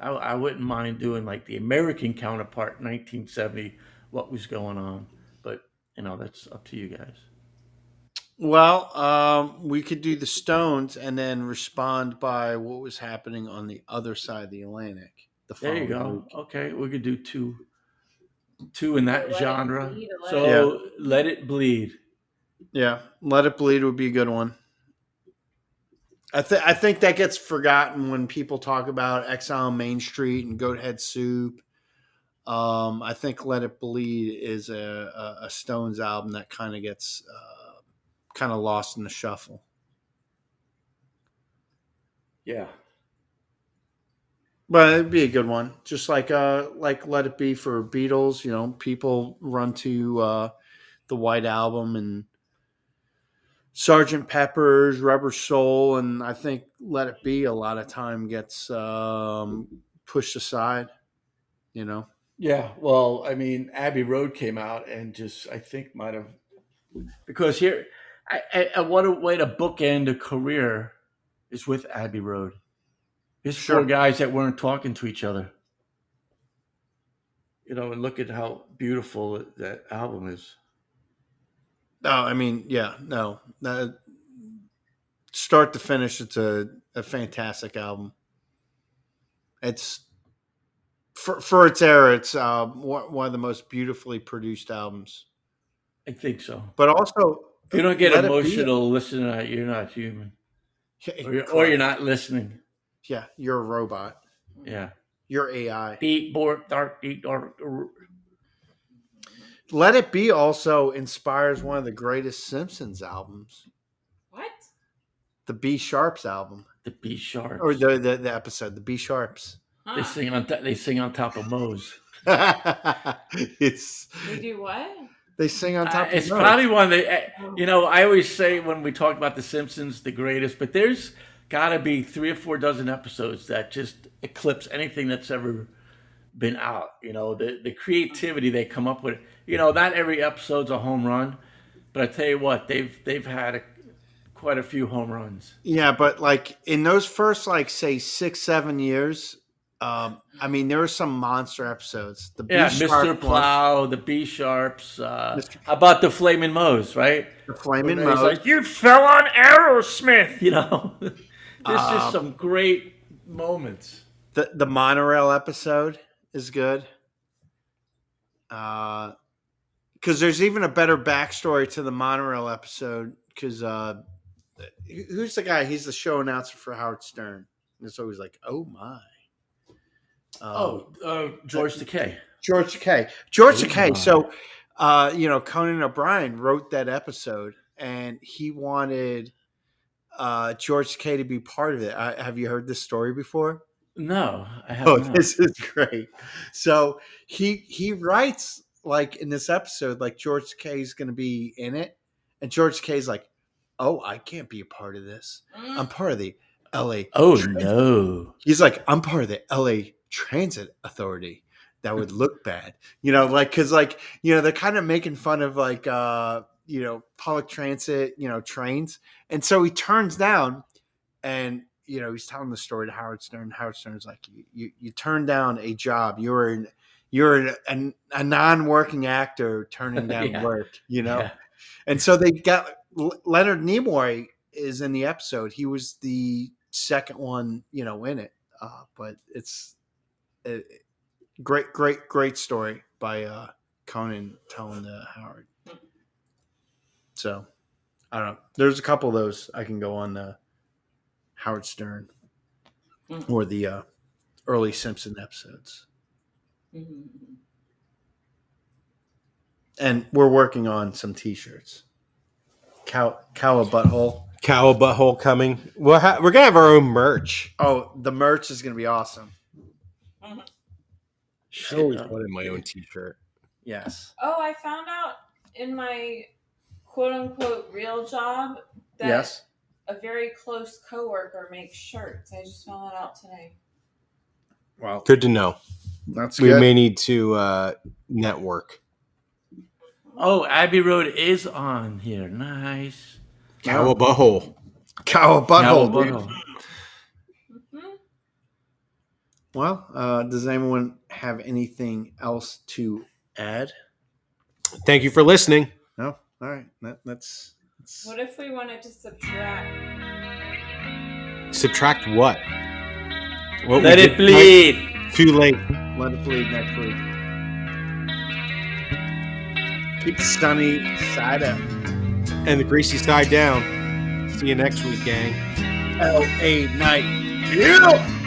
D: I, I wouldn't mind doing like the American counterpart, 1970, what was going on, but you know that's up to you guys.
C: Well, um, we could do the Stones and then respond by what was happening on the other side of the Atlantic. The
D: There you
C: following
D: go.
C: week.
D: Okay, we could do two, two in that
A: Let It
D: genre.
A: Bleed or Let
D: so let it bleed.
C: Yeah, Let It Bleed would be a good one. I think I think that gets forgotten when people talk about Exile on Main Street and Goat Head Soup. Um, I think Let It Bleed is a, a, a Stones album that kind of gets uh, kind of lost in the shuffle.
D: Yeah.
C: But it'd be a good one, just like uh, like Let It Be for Beatles. You know, people run to uh, the White Album and Sergeant Pepper's Rubber Soul, and I think Let It Be a lot of time gets um, pushed aside. You know,
D: Yeah. Well, I mean, Abbey Road came out and just I think might have because here, I, I, I what a way to bookend a career is with Abbey Road. It's
C: Sure.
D: four guys that weren't talking to each other. You know, and look at how beautiful that album is.
C: no, I mean, yeah, no, that, start to finish, it's a, a fantastic album. It's for for its era, it's uh, one one of the most beautifully produced albums.
D: I think so.
C: But also,
D: If you don't get
C: Let It Be-
D: emotional listening, to that, you're not human, or you're, or you're not listening.
C: yeah, you're a robot.
D: Yeah.
C: You're AI.
D: Deep, dark, dark, deep, dark.
C: Let It Be also inspires one of the greatest Simpsons albums,
A: What?
C: the B Sharps album,
D: The B sharp.
C: or the the, the episode, the B Sharps.
A: Huh.
D: They sing on th- they sing on top of Moe's.
C: it's
A: They do what? Mm.
C: they sing on top.
D: Uh,
C: of
D: it's
C: the notes.
D: probably one of the uh, you know I always say when we talk about The Simpsons, the greatest, but there's got to be three or four dozen episodes that just eclipse anything that's ever been out. You know the the creativity they come up with. You know not every episode's a home run, but I tell you what they've they've had a, quite a few home runs.
C: yeah, but like in those first like say six seven years, um, I mean there were some monster episodes. The
D: Yeah,
C: B-sharp
D: Mr.
C: one,
D: Plow, the B sharps. Uh,
C: Mr.
D: how about the Flamin' Moe's, right?
C: the Flaming
D: And he's
C: Moe.
D: like, "You fell on Aerosmith," you know. There's
C: Um,
D: just some great moments.
C: the the monorail episode is good. Uh, because there's even a better backstory to the monorail episode. Because uh, who- who's the guy? He's the show announcer for Howard Stern. And it's always like, oh my. Um,
D: uh, George Takei.
C: George Takei. George
D: Oh,
C: Takei.
D: my.
C: So, uh, you know, Conan O'Brien wrote that episode, and he wanted uh, George Takei to be part of it. I, have you heard this story before?
D: No, I have
C: Oh,
D: not.
C: this is great. So he he writes like in this episode, like George K is going to be in it, and George K is like, "Oh, I can't be a part of this. I'm
D: Hmm.
C: part of the L.A.
D: oh
C: Transit."
D: no!
C: He's like, I'm part of the L.A. Transit Authority. That would look bad, you know, like because like you know they're kind of making fun of like uh you know public transit, you know trains, and so he turns down and you know he's telling the story to Howard Stern. Howard Stern's like, you you, you turned down a job. You're an you're an, an, a non-working actor turning down
D: Yeah.
C: work. You know,
D: Yeah.
C: and so they got Le- Leonard Nimoy is in the episode. He was the second one, you know, in it. Uh, but it's a great, great, great story by uh, Conan telling the Howard. So I don't know. There's a couple of those I can go on the Howard Stern
A: Mm.
C: or the uh, early Simpson episodes.
B: Um,
A: Mhm.
C: And we're working on some T-shirts. Cow, cow a butthole.
B: Cow butthole coming. We'll ha- we're gonna have our own merch.
C: Oh, the merch is going to be awesome.
B: I always
D: uh,
B: wanted my own T-shirt.
C: Yes.
A: Oh, I found out in my quote unquote real job that
C: yes.
A: a very close coworker makes shirts. I just found that out today.
C: Wow.
B: Good to know.
C: That's
B: We
C: good.
B: may need to uh, network.
F: Oh, Abbey Road is on here. Nice.
B: Cow butthole.
C: cow a
F: Now,
C: butthole. dude.
F: butthole.
A: Mhm.
C: Well, uh, does anyone have anything else to add?
B: Thank you for listening.
C: No. All right. That, that's, that's
A: What if we wanted to subtract?
B: Subtract what? what we
F: Let it
B: did tonight-
F: bleed.
B: Too late.
C: let it bleed next week. Keep the sunny side up.
B: And the greasy side down. See you next week, gang.
C: L.A. Night. Yeah.